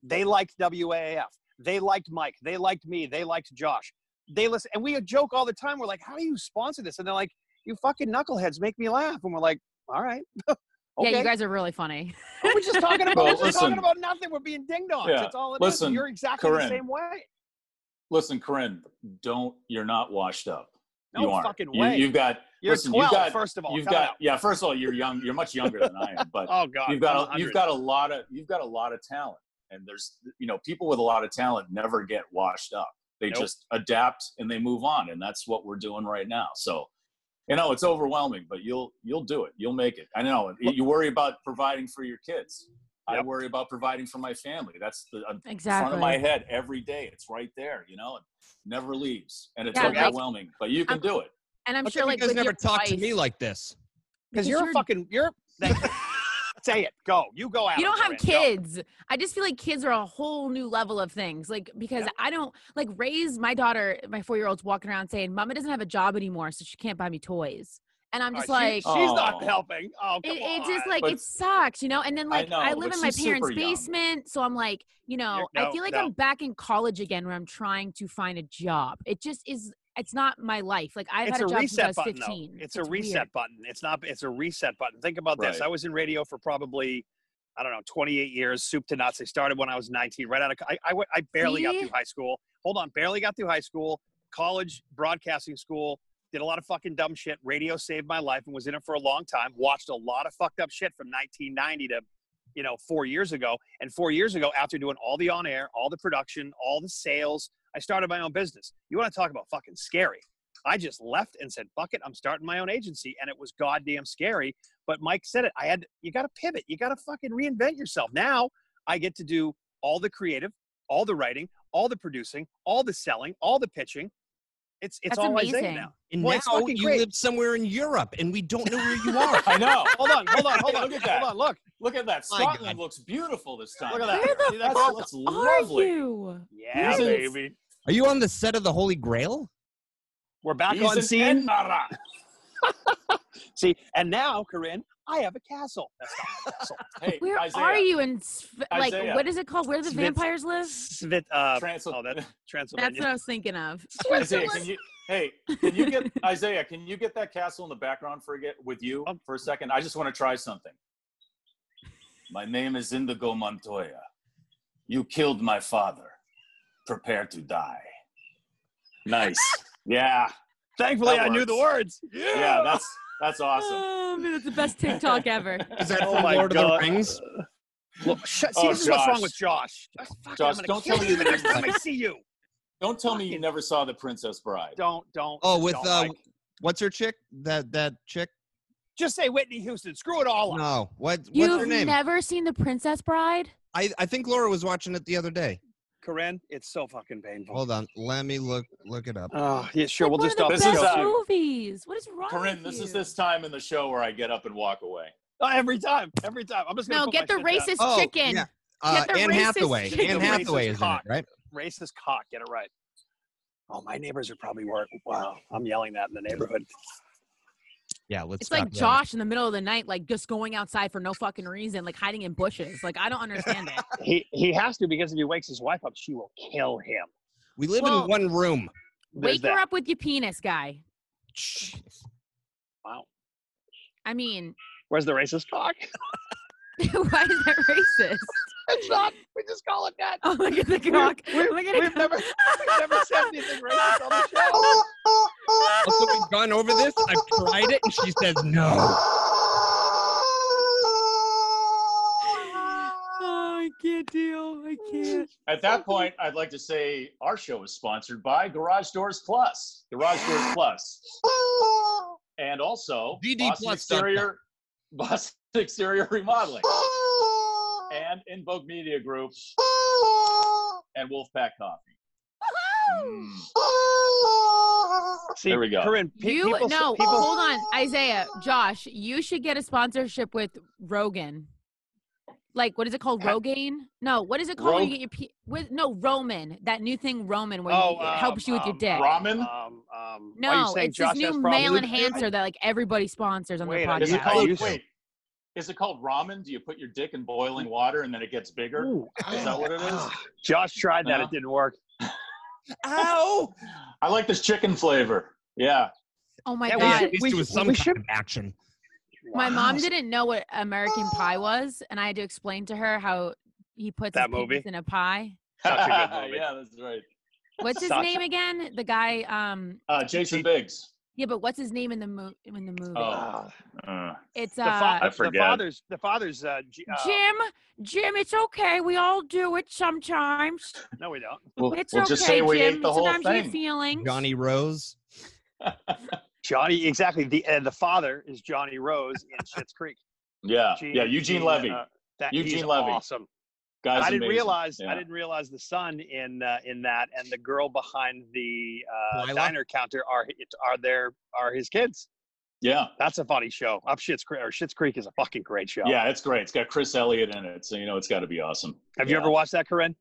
They liked WAAF. They liked Mike. They liked me. They liked Josh. They listen. And we joke all the time. We're like, how do you sponsor this? And they're like, you fucking knuckleheads make me laugh. And we're like, all right. okay. Yeah, you guys are really funny. We're just talking about Well, we're just listen. talking about nothing. We're being ding dongs. Yeah, That's all it is. listen, You're exactly Corinne. the same way. Listen, Corinne, don't. You're not washed up. No you aren't. fucking You- way. You've got. You're listen, 12, you've got, first of all. You've Cut got. it out. Yeah, first of all, you're young. You're much younger than I am, but Oh god, you've I'm got. A, 100. you've got a lot of. You've got a lot of talent, and there's. You know, people with a lot of talent never get washed up. They Nope. just adapt and they move on, and that's what we're doing right now. So, you know, it's overwhelming, but you'll you'll do it. You'll make it. I know. You you worry about providing for your kids. I Yep. worry about providing for my family. That's the uh, front Exactly. of my head every day. It's right there. You know, it never leaves, and it's Yeah, like- overwhelming. but you can I'm- do it. and I'm How sure come like you guys with never your talk to wife- me like this. because you're, a fucking you're. Thank you. Say it. Go. You go out. you don't have kids. I just feel like kids are a whole new level of things. Like because I don't like raise my daughter, my four year old's walking around saying, "Mama doesn't have a job anymore, so she can't buy me toys." And I'm just like, she, she's not Oh. helping. Oh, come it, it on. just like But- it sucks, you know. And then I like I, know, live but in my she's super parents' young. basement, so I'm like, you know, I no, feel like no. I'm back in college again, where I'm trying to find a job. It just is. It's not my life. Like I've it's had a a job since reset I was button, 15. though. It's, a weird. reset button. It's not. It's a reset button. Think about this. Right. I was in radio for probably, I don't know, 28 years, soup to nuts. I started when I was 19, right out of. co- I I went- I barely got See? through high school. Hold on, barely got through high school. College broadcasting school. Did a lot of fucking dumb shit. Radio saved my life and was in it for a long time. Watched a lot of fucked up shit from 1990 to, you know, four years ago. And four years ago, after doing all the on air, all the production, all the sales, I started my own business. You want to talk about fucking scary? I just left and said, "Fuck it, I'm starting my own agency," and it was goddamn scary. But Mike said it. I had you got to pivot. You got to fucking reinvent yourself. Now I get to do all the creative, all the writing, all the producing, all the selling, all the pitching. It's it's That's all Isaiah amazing. now. And Well, it's now fucking you great. live somewhere in Europe, and we don't know where you are. I know. Hold on, hold on, hold on. Look at that. Hold on, look. Look at that. My Scotland looks beautiful this time. Oh Look at that. Where the See, that's- fuck that's Are lovely. you? Yeah, He's in- baby. Are you on the set of the Holy Grail? We're back He's on an scene. Edinburgh. See, and now, Corinne, I have a castle. That's not my castle. Hey, Where Isaiah, are you? And like, Isaiah. what is it called? Where the Svitz- vampires live? Svit, uh, Transl- oh, that's That's what Transylvania. I was thinking of. Isaiah, can you, hey, can you get Isaiah? Can you get that castle in the background for a get with you Um, for a second? I just want to try something. My name is Indigo Montoya. You killed my father. Prepare to die. Nice. Yeah. Thankfully, That I knew the words. Yeah. That's that's awesome. Oh, man, that's the best TikTok ever. Is that Oh from my Lord God. of the Rings? Look, sh- see, Oh, this is what's wrong Josh. with Josh. Josh, fucking, Josh, I'm gonna don't kill tell you me the you next didn't time I see you. Don't tell me you never saw The Princess Bride. Don't, don't. Oh, with don't, uh, Mike. what's her chick? That that chick? just say Whitney Houston. Screw it all up. No. What? What's her You've name? never seen The Princess Bride? I I think Laura was watching it the other day. Corinne, it's so fucking painful. Hold on, let me look look it up. Oh, yeah, sure. We'll One just of stop the this this. best is, uh, movies. What is wrong? Corinne, with this you? is this time in the show where I get up and walk away. Oh, every time, every time. I'm just gonna No, put get the my shit down. racist Oh, chicken. yeah. Uh, the Anne racist Hathaway. chick. Anne The Hathaway racist is in it, cock. right? Racist cock. Get it right. Oh, my neighbors are probably work. Wow, I'm yelling that in the neighborhood. Yeah, let's. It's like stop that. Josh in the middle of the night, like just going outside for no fucking reason, like hiding in bushes. Like I don't understand it. He he has to because if he wakes his wife up, she will kill him. We live Well- in one room. There's Wake her that. up with your penis, guy. Shh. Wow. I mean, Where's the racist cock? why is that racist? It's not. We just call it that. Oh, look at the We're- cock. we're- Look at it We've go. never, we've never said anything racist on the show. Also, we've gone over this. I've tried it, and she says no. Oh, I can't deal. I can't. At that point, I'd like to say our show is sponsored by Garage Doors Plus. Garage Doors Plus. And also GD Boston Plus dot com. Exterior Boston Exterior Remodeling. And Invoke Media Group. And Wolfpack Coffee. Mm. See, There we go. Corinne, pe- You people, s- no, people- hold on, Isaiah, Josh. You should get a sponsorship with Rogan. Like, what is it called? Ha- Rogaine? No, what is it called? where Rog- you get your pe- with no Roman. That new thing, Roman, where you, Oh, it helps you with your um, dick. Mm. Ramen? Um, um, are you no, saying it's Josh this new has male problems? enhancer that like everybody sponsors on Wait, their I- is Yeah, it I called used to. wait? Is it called ramen? Do you put your dick in boiling water and then it gets bigger? Ooh, Is that what it is? ah. Josh tried that; No. it didn't work. Ow! I like this chicken flavor. Yeah. Oh my Yeah, At god. least it should- was some we kind should- of action. My Wow. mom didn't know what American Pie was, and I had to explain to her how he puts That his penis movie? in a pie. Such a good movie. yeah, that's right. What's his Such- name again? The guy, um, Uh, Jason Biggs. Yeah, but what's his name in the mo- in the movie? Ah. Oh. Uh, It's the, fa- uh, I the forget. father's the father's uh, G- uh, Jim. Jim, it's okay. We all do it sometimes. no we don't We'll, It's we'll okay, just say we Jim. ate the whole sometimes you thing. have feelings. Johnny Rose. Johnny exactly the uh, the father is Johnny Rose in Schitt's Creek yeah, Gene- yeah. Eugene Gene, Levy, uh, that Eugene he's Levy. awesome guys. I didn't amazing. realize Yeah. I didn't realize the son in uh, in that and the girl behind the uh, Lila? diner counter are are there are his kids. Yeah, That's a funny show. Up Shit's Creek or Shit's Creek is a fucking great show. yeah. It's great. It's got Chris Elliott in it, so you know it's got to be awesome. Have you Yeah. ever watched that, Corinne?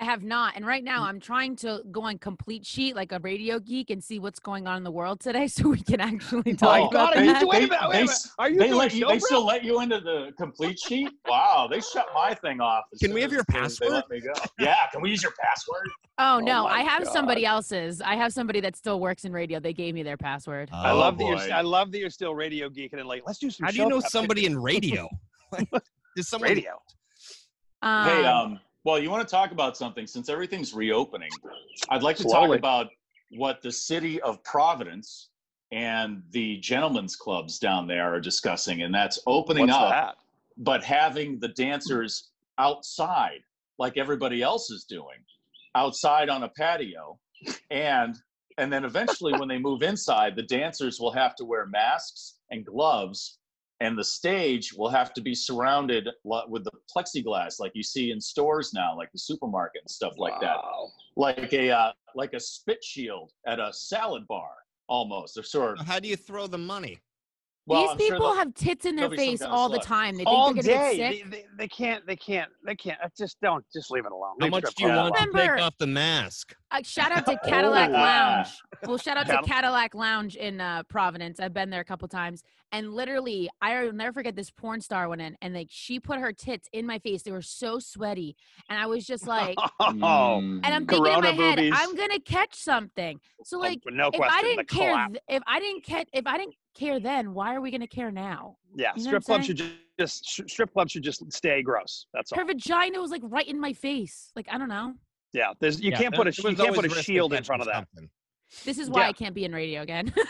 I have not. And right Mm. now, I'm trying to go on complete sheet like a radio geek and see what's going on in the world today, so we can actually talk Oh, about God, are you that. doing- wait a They- minute, wait a they- minute. Are you They doing let you. show They prep? still let you into the complete sheet. Wow, they shut my thing off. as Can soon we have as your they- They let password? me go. Yeah, can we use your password? Oh, Oh no, my I have somebody else's. I have somebody that still works in radio. They gave me their password. I Oh, love that boy. you're I love that you're still radio geeking and like let's do some. How do show you know prep. somebody in radio? Like, Does someone radio? Um, hey, um, well, you want to talk about something since everything's reopening? I'd like to Slowly. talk about what the city of Providence and the gentlemen's clubs down there are discussing, and that's opening What's up, that? but having the dancers outside, like everybody else is doing, outside on a patio, and and then eventually when they move inside, the dancers will have to wear masks and gloves and the stage will have to be surrounded lo- with the plexiglass like you see in stores now like the supermarket and stuff like that like a uh, like a spit shield at a salad bar almost or sort of How do you throw the money? well These I'm sure people they'll- have tits in their there'll be some face kind of all the slut. time. They think All they're gonna day. get They, sick. they, they can't. They can't. They can't. uh, Just don't. Just leave it alone. How Leave much strip do you club want alone. to take Remember- off the mask? Uh, shout out to Cadillac Oh. Lounge. Well, shout out to Cattle- Cadillac Lounge in uh, Providence. I've been there a couple times, and literally, I'll never forget this porn star went in, and like she put her tits in my face. They were so sweaty, and I was just like, Oh, and I'm thinking in Corona my head, boobies. I'm gonna catch something. So like, no if question. I the didn't care, collapse. th- if I didn't care, if I didn't care then, why are we gonna care now? Yeah, You know what I'm strip clubs should saying? ju- just sh- strip clubs should just stay gross. That's all. Her vagina was like right in my face. Like I don't know. Yeah, there's you Yeah, can't there- put a there sh- was you can't put a always risk shield in catching front of that. something. This is why Yeah. I can't be in radio again.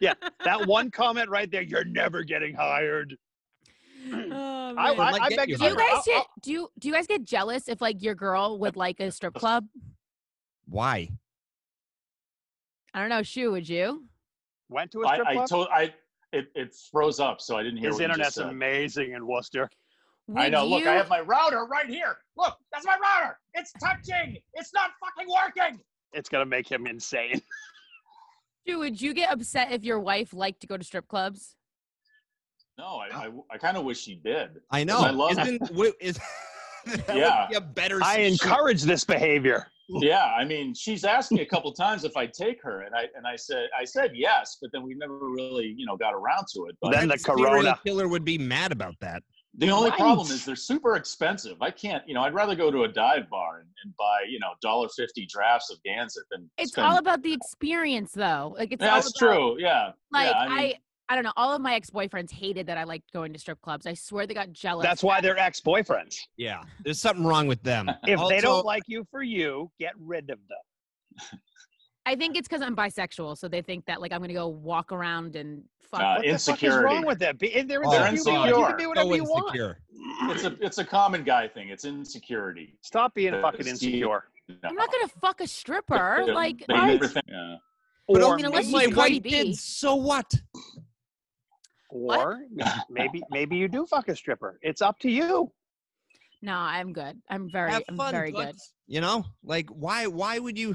Yeah, that one comment right there. You're never getting hired. Oh, I, man. I, might I get beg you to do you hired. differ. guys I'll- get do you do you guys get jealous if like your girl would like a strip club? Why? I don't know, Shu, would you? I'll- went to a I, strip I club. told I it, it froze up so I didn't hear His what you just internet's said. amazing in Worcester. I Would know. Look, I you- have my router right here. Look, that's my router. It's touching. It's not fucking working. It's gonna make him insane. Shu, would you get upset if your wife liked to go to strip clubs? No, I I, I kind of wish she did. I know. I love- Isn't wi- is that Yeah. would be a better I solution. encourage this behavior. Yeah, I mean, she's asked me a couple times if I take her, and I and I said I said yes, but then we never really you know got around to it. But Then the Serial corona. killer would be mad about that. the only Right. problem is they're super expensive. I can't you know I'd rather go to a dive bar and, and buy you know dollar fifty drafts of Gansett than It's spend- all about the experience though. Like it's all That's about- true. Yeah. Like yeah, I, I mean- I don't know. All of my ex boyfriends hated that I liked going to strip clubs. I swear they got jealous. That's why they're ex-boyfriends. Yeah, there's something wrong with them. If they Also- don't like you for you, get rid of them. I think it's because I'm bisexual, so they think that like I'm gonna go walk around and fuck. Uh, What the fuck is insecurity. wrong with that? Be, they're Oh, insecure. insecure. You can do whatever so you want. insecure. it's a it's a common guy thing. It's insecurity. Stop being They're fucking just- insecure. I'm not gonna fuck a stripper. Yeah, like they I- never think- yeah. But Or only unless maybe- my she's Cardi wife B. did, so what? What? Or maybe maybe you do fuck a stripper. It's up to you. no, I'm good. I'm very, Have I'm fun, very tux. good. You know, like why? Why would you?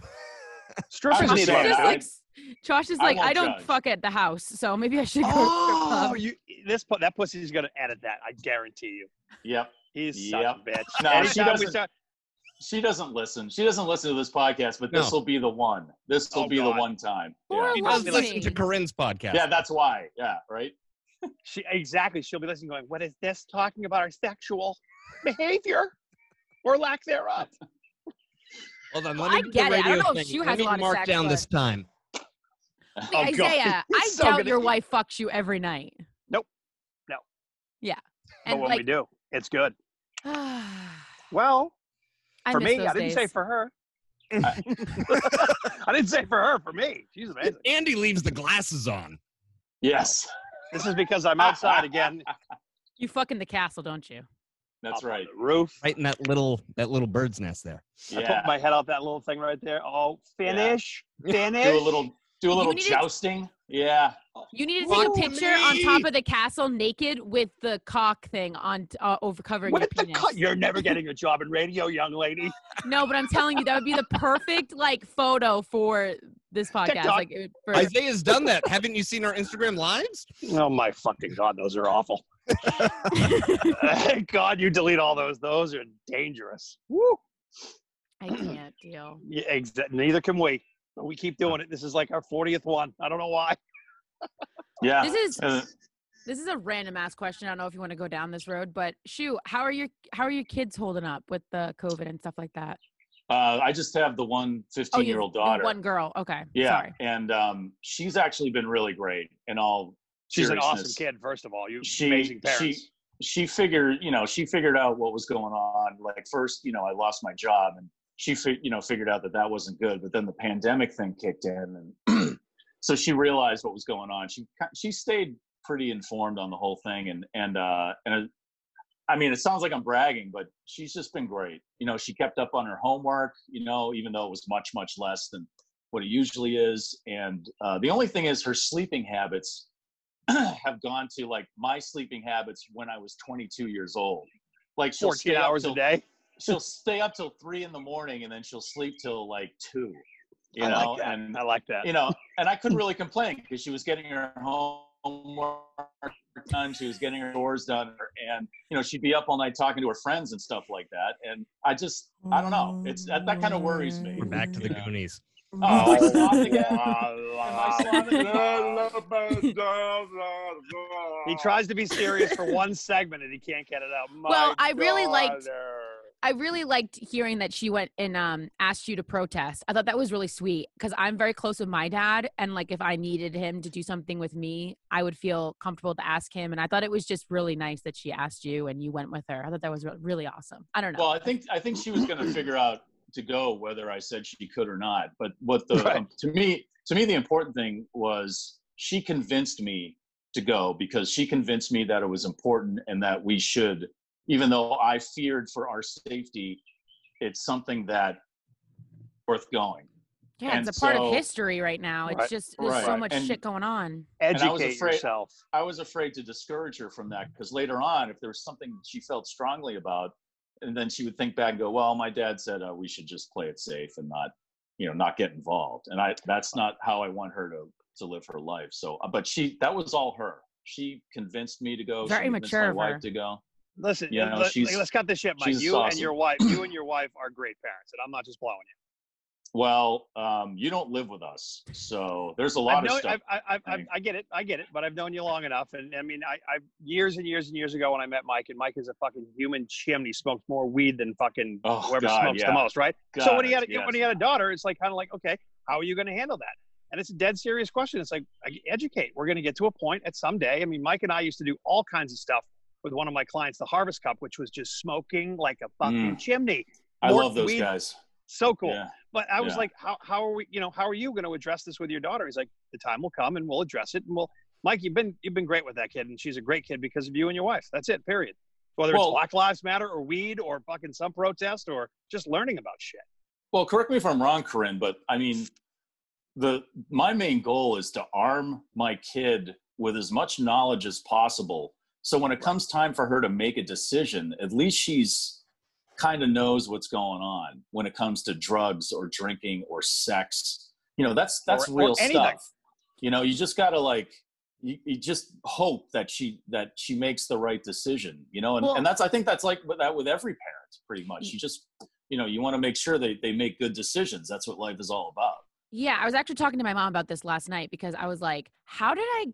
Strippers I'm Josh need is just love. saying, like, I- s- Josh is I like, won't I don't judge. fuck at the house, so maybe I should go Oh, to you, this pu- that pussy's gonna edit that. I guarantee you. Yep. He's such Yep. a bitch. No, she Anytime we doesn't. start, She doesn't listen. She doesn't listen to this podcast, but No. this will be the one. This will Oh, be God. the one time. Poor Yeah. He loves does me. listen to Corinne's podcast. yeah, that's why. Yeah, right? she exactly. She'll be listening, going, "What is this talking about? Our sexual behavior or lack thereof." Oh, Hold on, Well, let I me do the get it. I don't radio know if thing. Shu Let has a me lot of mark sex, down but- this time. club. Oh, Wait, God. Isaiah, I He's so doubt gonna- your wife fucks you every night. Nope. No. Yeah, But and when we like, ah. do, it's good. I For miss me, those I didn't say days. for her. I didn't say for her, for me. She's amazing. Andy leaves the glasses on. Yes, This is because I'm outside again. You fuck in the castle, don't you? that's Up on right. the roof. Right in that little that little bird's nest there. I put Yeah, my head out that little thing right there. Oh, finish, finish. do a little do a little needed- jousting. Yeah, You need to take Fuck a picture me. on top of the castle naked with the cock thing on uh, over covering With your the penis. cut, you're never getting a job in radio, young lady. No, but I'm telling you, that would be the perfect like photo for this podcast. TikTok. Like, it would- for, Isaiah's done that. Haven't you seen our Instagram lives? Oh my fucking god, those are awful. god, you delete all those. Those are dangerous. Woo. I can't deal. Yeah, exa- neither can we. But we keep doing it. This is like our 40th one. I don't know why. yeah. This is Uh, this is a random ass question. I don't know if you want to go down this road, but shoot, how are your how are your kids holding up with the COVID and stuff like that? uh, I just have the one 15 Oh, you- year old the daughter. One girl. Okay. yeah, Sorry. and um, she's actually been really great. And all She's an awesome seriousness. kid, first of all. You she amazing parents. she she figured you know she figured out what was going on like first you know i lost my job and she fi- you know figured out that that wasn't good but then the pandemic thing kicked in and so she realized what was going on she ki- she stayed pretty informed on the whole thing and and uh and i mean it sounds like i'm bragging but she's just been great you know she kept up on her homework you know even though it was much much less than what it usually is and uh, the only thing is her sleeping habits have gone to like my sleeping habits when I was 22 years old. Like she'll 14 stay up hours till, a day. She'll stay up till three in the morning and then she'll sleep till like two. You I know, like that. and I like that. you know, and I couldn't really complain because she was getting her homework done, she was getting her chores done, and you know, she'd be up all night talking to her friends and stuff like that. And I just, I don't know, it's that, that kind of worries me. We're back to the you know? Goonies. Oh, I slobbed again. he tries to be serious for one segment and he can't get it out. My Well, I really liked- daughter. I really liked hearing that she went and um, asked you to protest. I thought that was really sweet because I'm very close with my dad, and like if I needed him to do something with me, I would feel comfortable to ask him. And I thought it was just really nice that she asked you and you went with her. I thought that was re- really awesome. I don't know. Well, I think I think she was going to figure out to go whether I said she could or not. But what the Right. um, to me to me the important thing was she convinced me to go because she convinced me that it was important and that we should, even though I feared for our safety, it's something that worth going. yeah, it's and a part so- of history right now. It's Right, just there's so right. much And- shit going on. I was Educate afraid- yourself. I was afraid to discourage her from that because later on, if there was something she felt strongly about, and then she would think back and go, "Well, my dad said uh, we should just play it safe and not, you know, not get involved." And I that's not how I want her to to live her life. So, uh, but she that was all her. She convinced me to go. Very she convinced mature my of her. wife to go. Listen, You know, let, she's- us cut this shit, Mike. she's You and saucy. your wife, you and your wife are great parents, and I'm not just blowing you. Well, um, you don't live with us, so there's a lot I've of known, stuff. I've, I, I, I, I get it, I get it, but I've known you long enough, and I mean, I, I years and years and years ago when I met Mike, and Mike is a fucking human chimney, smokes more weed than fucking Oh, whoever God, smokes the yeah. most, right? so when he had God, a, when he yes. had a daughter, it's like kind of like, okay, how are you going to handle that? And it's a dead serious question. It's like I- educate. We're going to get to a point at some day. I mean, Mike and I used to do all kinds of stuff with one of my clients, the Harvest Cup, which was just smoking like a fucking chimney. Mm. I more love those weed- guys. So cool. Yeah. But I was Yeah. like, how, how are we, you know, how are you going to address this with your daughter? He's like, the time will come and we'll address it. And we'll, Mike, you've been, you've been great with that kid. And she's a great kid because of you and your wife. That's it, period. Whether Well- it's Black Lives Matter or weed or fucking some protest or just learning about shit. Well, correct me if I'm wrong, Corinne, but I mean, the my main goal is to arm my kid with as much knowledge as possible. So when it comes time for her to make a decision, at least she's kind of knows what's going on when it comes to drugs or drinking or sex. You know, that's that's Or- or real anything. stuff. You know, you just gotta like you, you just hope that she that she makes the right decision. You know, and, Well- and that's I think that's like with that with every parent pretty much. You just you know you want to make sure they, they make good decisions that's what life is all about Yeah, I was actually talking to my mom about this last night because I was like, how did I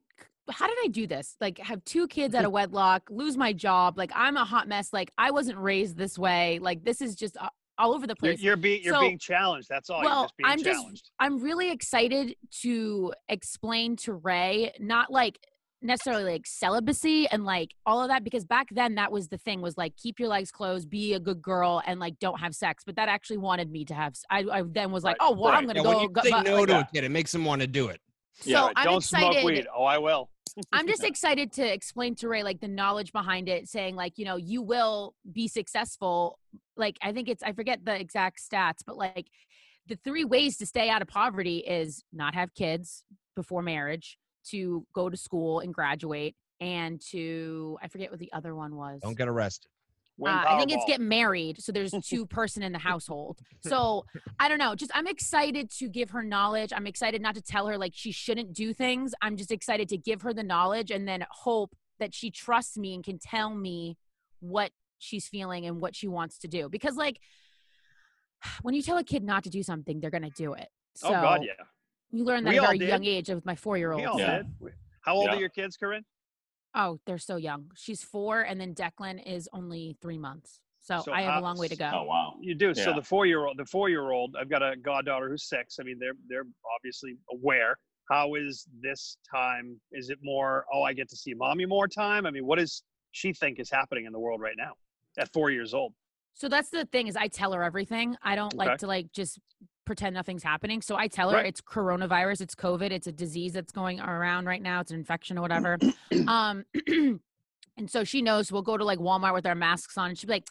how did I do this? Like have two kids out of wedlock, lose my job, like I'm a hot mess, like I wasn't raised this way. Like this is just uh, all over the You're, place. you're, be, you're So- being challenged. That's all. you're well, just being I'm just- challenged. I'm really excited to explain to Ray, not like necessarily like celibacy and like all of that because back then that was the thing was like keep your legs closed be a good girl and like don't have sex but that actually wanted me to have s- i, I then was like Right, oh well i'm right. gonna Yeah, go, when you go say but- no like, to a kid, it makes them want to do it. so Yeah, right. i'm Don't excited smoke weed. Oh, I will. I'm just excited to explain to Ray like the knowledge behind it, saying like you know you will be successful. Like I think it's I forget the exact stats, but like the three ways to stay out of poverty is not have kids before marriage, to go to school and graduate, and to I forget what the other one was. Don't get arrested. Win Uh, I think it's Powerball. get married. So there's two person in the household. So I don't know. Just I'm excited to give her knowledge. I'm excited not to tell her like she shouldn't do things. I'm just excited to give her the knowledge and then hope that she trusts me and can tell me what she's feeling and what she wants to do. Because like when you tell a kid not to do something, they're gonna do it. So oh God, yeah. you learn that We at a all very did. young age with my four year We all old. Yeah. did. How old Yeah. are your kids, Corinne? Oh, they're so young. She's four and then Declan is only three months. So, So I have how- a long way to go. Oh wow. You do. So Yeah. the four year old, the four year old, I've got a goddaughter who's six. I mean, they're they're obviously aware. How is this time? Is it more? Oh, I get to see mommy more time. I mean, what does she think is happening in the world right now at four years old? So that's the thing is I tell her everything. I don't like Okay. to like just pretend nothing's happening. So I tell her Right. it's coronavirus, it's COVID, it's a disease that's going around right now, it's an infection or whatever. um and so she knows we'll go to like Walmart with our masks on and she'll be like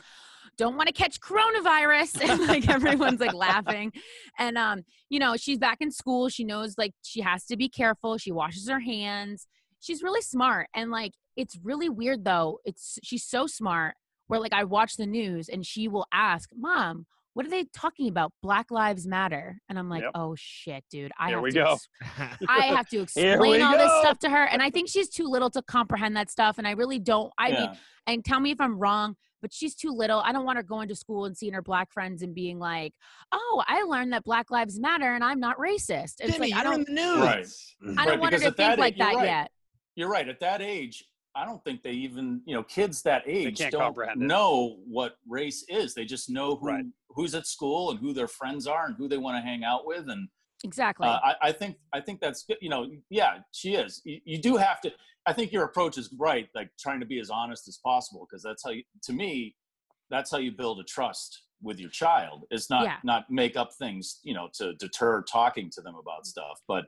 don't want to catch coronavirus and like everyone's like laughing and um you know she's back in school she knows like she has to be careful she washes her hands she's really smart and like it's really weird though it's she's so smart where like i watch the news and she will ask mom what are they talking about black lives matter and i'm like Yep. oh shit dude i Here have we to go. ex- I have to Here we explain all this go. stuff to her. And I think she's too little to comprehend that stuff. And I really don't. I mean, yeah. and tell me if I'm wrong, but she's too little. I don't want her going to school and seeing her black friends and being like, oh, I learned that Black Lives Matter and I'm not racist. It's Timmy, like, I you're in don't, the news. Right. I don't Right, want her because to at that think age- like you're that right. yet. You're right. At that age, I don't think they even, you know, kids that age can't don't comprehend it. know what race is. They just know who, Right. who's at school and who their friends are and who they want to hang out with. And Exactly. uh, I, I think I think that's good. You know, yeah, she is. You, you do have to. I think your approach is right. Like trying to be as honest as possible because that's how you. To me, that's how you build a trust with your child. It's not Yeah. not make up things. You know, to deter talking to them about stuff. But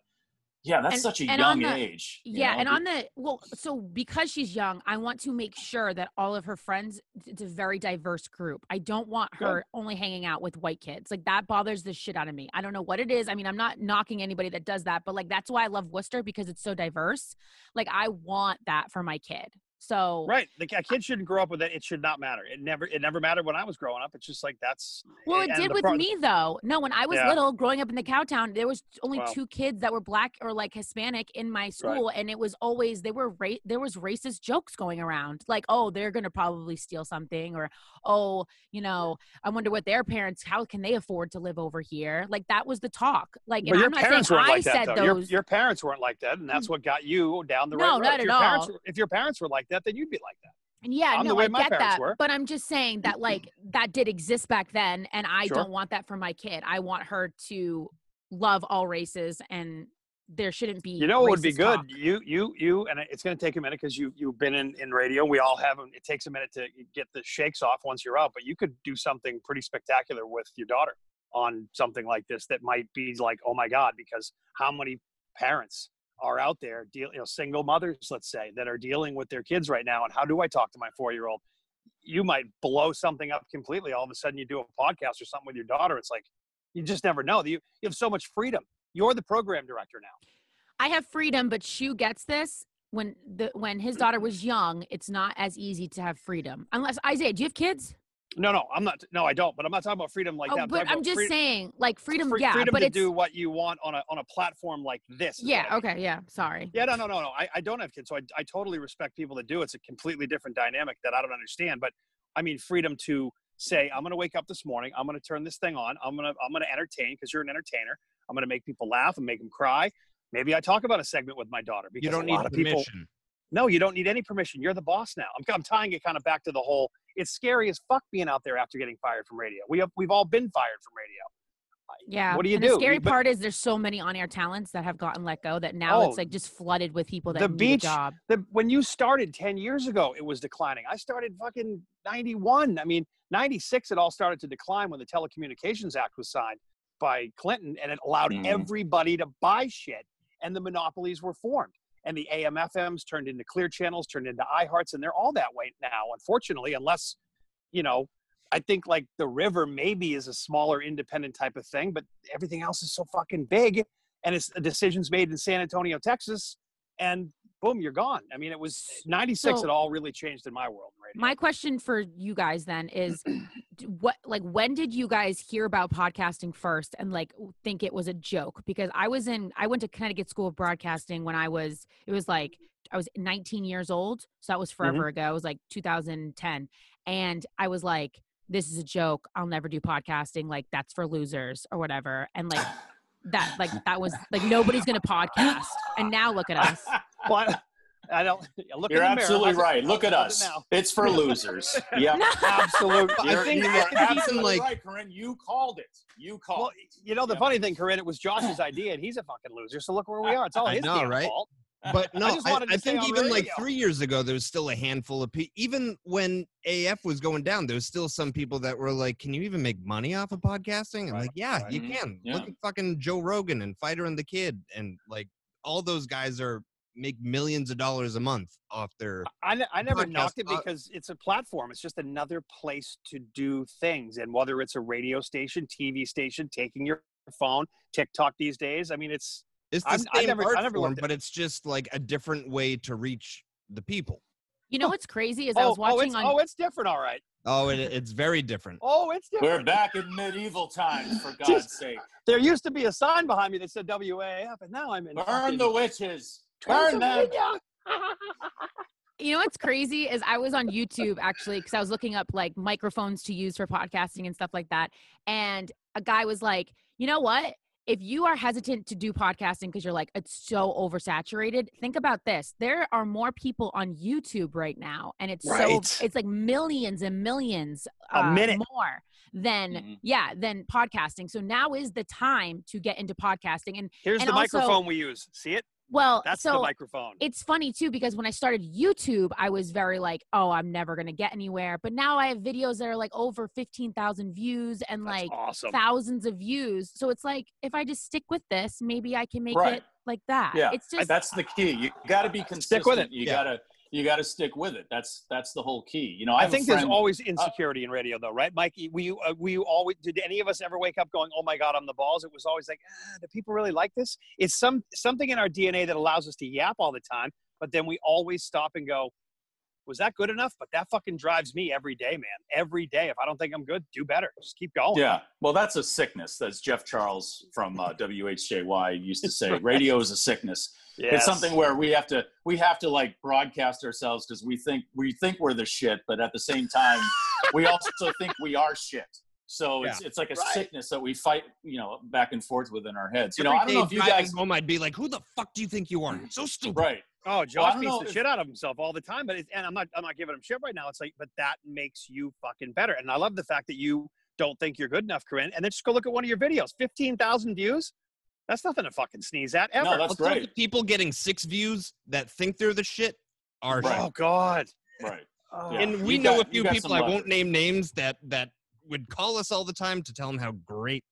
yeah, that's And- such a and young on the- age. you yeah. know? and on the, well, so because she's young, I want to make sure that all of her friends, it's a very diverse group. I don't want Good. her only hanging out with white kids. Like that bothers the shit out of me. I don't know what it is. I mean, I'm not knocking anybody that does that, but like that's why I love Worcester because it's so diverse. Like I want that for my kid. So, Right. Like a kid shouldn't grow up with it. It should not matter. It never. It never mattered when I was growing up. It's just like that's. Well, it and did the with pro- me though. No, when I was Yeah. little, growing up in the cowtown, there was only Wow. two kids that were black or like Hispanic in my school, and it was always they were ra- there was racist jokes going around, like oh they're gonna probably steal something, or oh you know I wonder what their parents how can they afford to live over here? Like that was the talk. Like But and your I'm not parents saying weren't I like that, said though. Your, those. Mm. your parents weren't like that, and that's what got you down the right No, road. if not at your Parents, all. were- if your parents were like that, then you'd be like that. And yeah, I'm the no, way I my get parents that. were. But I'm just saying that like that did exist back then, and I Sure. don't want that for my kid. I want her to love all races, and there shouldn't be. You know what would be racist good? talk. You, you, you, and it's going to take a minute because you, you've been in, in radio. We all have. 'em. It takes a minute to get the shakes off once you're out, but you could do something pretty spectacular with your daughter on something like this that might be like, oh my God, because how many parents are out there, deal, you know, single mothers, let's say, that are dealing with their kids right now, and how do I talk to my four year old? You might blow something up completely. All of a sudden, you do a podcast or something with your daughter. It's like you just never know. You, you have so much freedom. You're the program director now. I have freedom, but Shu gets this when the when his daughter was young. It's not as easy to have freedom unless Isaiah. Do you have kids? No, no, I'm not. No, I don't. But I'm not talking about freedom like oh, that. but talking I'm about just free- saying, like freedom. free- yeah, freedom but to it's do what you want on a on a platform like this. is what I yeah. mean. Okay, yeah. Sorry. Yeah, no, no, no, no. I, I don't have kids, so I, I totally respect people that do. It's a completely different dynamic that I don't understand. But I mean, freedom to say, I'm going to wake up this morning. I'm going to turn this thing on. I'm going to I'm going to entertain because you're an entertainer. I'm going to make people laugh and make them cry. Maybe I talk about a segment with my daughter because You don't a lot need of people. permission. No, you don't need any permission. You're the boss now. I'm, I'm tying it kind of back to the whole. It's scary as fuck being out there after getting fired from radio. We have, we've all been fired from radio. Yeah. What do you and do? The scary But- part is there's so many on-air talents that have gotten let go that now Oh, it's like just flooded with people that the need beach- a job. the, when you started 10 years ago, it was declining. I started fucking 91. I mean, 96, it all started to decline when the Telecommunications Act was signed by Clinton and it allowed Mhm. everybody to buy shit and the monopolies were formed. And the AM FMs turned into clear channels, turned into iHearts, and they're all that way now, unfortunately, unless, you know, I think like the river maybe is a smaller independent type of thing, but everything else is so fucking big. And it's decisions made in San Antonio, Texas, and boom, you're gone. I mean, it was 96. So- it all really changed in my world. in Radio. My question for you guys then is d- what like when did you guys hear about podcasting first and like w- think it was a joke because I was in I went to Connecticut School of Broadcasting when I was it was like I was 19 years old so that Mm-hmm. was forever ago it was like 2010 and I was like this is a joke I'll never do podcasting like that's for losers or whatever and like that like that was like nobody's going to podcast and now look at us Well, I, I don't. yeah, Look You're in the mirror. absolutely How's it- right. Look at how's us. it now? It's for losers. Yeah. Absolutely. I You're, think, you I are think he's- absolutely like- right, Corinne. You called it. You called well, it. you know, the Yeah. funny thing, Corinne, it was Josh's idea, and he's a fucking loser. So look where we are. It's all I his know, damn right? fault. But no, just I, wanted to I stay think on even like radio. three years ago, there was still a handful of people. Even when AF was going down, there was still some people that were like, "Can you even make money off of podcasting?" I'm Right, like, "Yeah, right. you Mhm, can." yeah. Look at fucking Joe Rogan and Fighter and the Kid, and like all those guys are make millions of dollars a month off their. I, ne- I never Podcast, knocked it uh, because it's a platform. It's just another place to do things. And whether it's a radio station, TV station, taking your phone, TikTok these days, I mean, it's It's the I'm- I same never- I art never form, looked at- but it's just like a different way to reach the people. you know what's crazy is I oh, was oh, watching it's on oh, it's different. All right. Oh, it, it's very different. Oh, it's different. We're back in medieval times, for God's Just- sake. There used to be a sign behind me that said WAF, and now I'm in. Burn fucking- the witches. Turn Burn them. radio. You know what's crazy is I was on YouTube actually because I was looking up like microphones to use for podcasting and stuff like that. And a guy was like, you know what? If you are hesitant to do podcasting because you're like, it's so oversaturated, think about this. There are more people on YouTube right now, and it's Right. so it's like millions and millions uh, A minute. Mm-hmm. more than Mhm. yeah, than podcasting. So now is the time to get into podcasting. And Here's And the also- microphone we use. See it? well, That's so the microphone. it's funny too because when I started YouTube, I was very like, oh, I'm never gonna get anywhere. But now I have videos that are like over fifteen thousand views and That's like awesome. thousands of views. So it's like if I just stick with this, maybe I can make Right. it like that. Yeah. It's just That's the key. You got to be consistent. with it. You Yeah. got to you got to stick with it. That's that's the whole key. You know, I, I have a think there's friend- uh, always insecurity in radio, though, right, Mike? Were you, uh, were you always? Did any of us ever wake up going, "Oh my God, I'm the balls"? It was always like, ah, "Do people really like this?" It's some something in our DNA that allows us to yap all the time, but then we always stop and go, "Was that good enough?" But that fucking drives me every day, man. Every day, if I don't think I'm good, do better. Just keep going. Yeah. Well, that's a sickness. That's Jeff Charles from uh, WHJY used to say. Radio is a sickness. It's Yes. something where we have to we have to like broadcast ourselves because we think we think we're the shit, but at the same time, we also think we are shit. So it's it's like a Right. sickness that we fight, you know, back and forth within our heads. You know, Every I don't know day if you driving guys home, I'd be like, "Who the fuck do you think you are? You're so stupid." right. Oh, I Josh don't beats know the if- shit out of himself all the time, but it's, and I'm not I'm not giving him shit right now. It's like, but that makes you fucking better. And I love the fact that you don't think you're good enough, Corinne. And then just go look at one of your videos, fifteen thousand views. That's nothing to fucking sneeze at ever. No, that's I'll tell you, great. people getting six views that think they're the shit are Right. shit. Oh God. Right. Oh. Yeah. And we You know got- a few you got people. some I won't leverage. name names that that would call us all the time to tell them how great.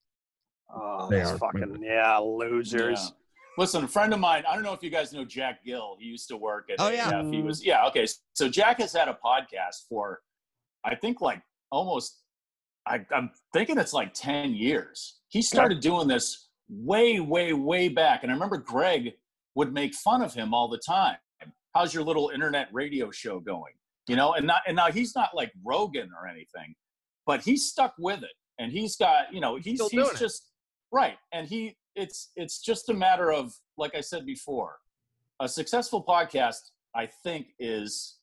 Oh, They those are fucking yeah, losers. Yeah. Listen, a friend of mine, I don't know if you guys know Jack Gill. He used to work at Oh, yeah. AF. He was yeah, okay. So Jack has had a podcast for I think like almost I, I'm thinking it's like 10 years. He started doing this way, way, way back. And I remember Greg would make fun of him all the time. How's your little internet radio show going? You know, and not and now he's not like Rogan or anything, but he's stuck with it. And he's got, you know, he's still doing he's it. just right. And he it's it's just a matter of, like I said before, a successful podcast, I think, is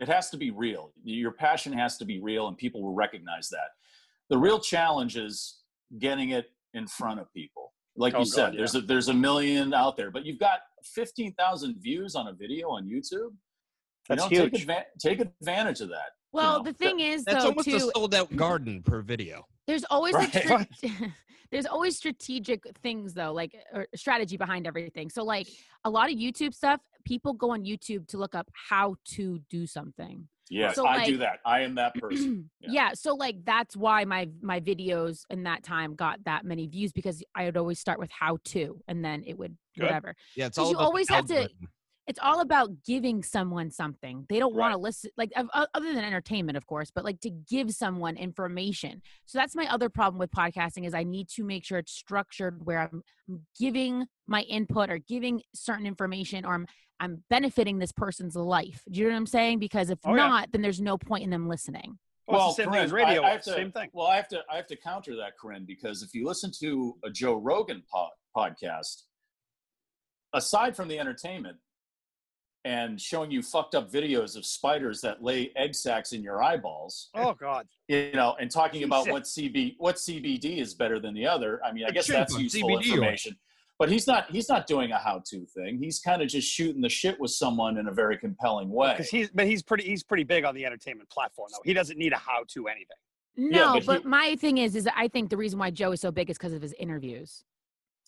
it has to be real. Your passion has to be real, and people will recognize that. The real challenge is getting it in front of people. Like Oh, you God, said, yeah. there's a, there's a million out there, but you've got fifteen thousand views on a video on YouTube. That's you know, huge. Take, advan- take advantage of that. well know, the thing is That's though almost a too sold out garden per video. there's always Right. the trick There's always strategic things though, like or strategy behind everything. So like a lot of YouTube stuff, people go on YouTube to look up how to do something. Yes, So, I like- do that. I am that person. Yeah. yeah. so like that's why my my videos in that time got that many views because I would always start with how to and then it would Good. whatever. Yeah, it's 'Cause all you about the always have to- algorithm. It's all about giving someone something. They don't want to listen like of- o- other than entertainment of course, but like to give someone information. So that's my other problem with podcasting is I need to make sure it's structured where I'm I'm giving my input or giving certain information or I'm I'm benefiting this person's life. Do you know what I'm saying? Because if Oh, yeah. not, then there's no point in them listening. Well, it's the same thing as Corinne, radio. I- I have is, to- same thing. Well, I have to I have to counter that, Corinne, because if you listen to a Joe Rogan pod, podcast, aside from the entertainment and showing you fucked up videos of spiders that lay egg sacs in your eyeballs, Oh God. you know, and talking about Jesus. what CB what CBD is better than the other. I mean, I Like guess shrimp that's on useful CBD oil. information. But he's not he's not doing a how to thing. He's kind of just shooting the shit with someone in a very compelling way. Because he's but he's pretty he's pretty big on the entertainment platform though. He doesn't need a how to anything. No, but but, he- my thing is, is that I think the reason why Joe is so big is because of his interviews.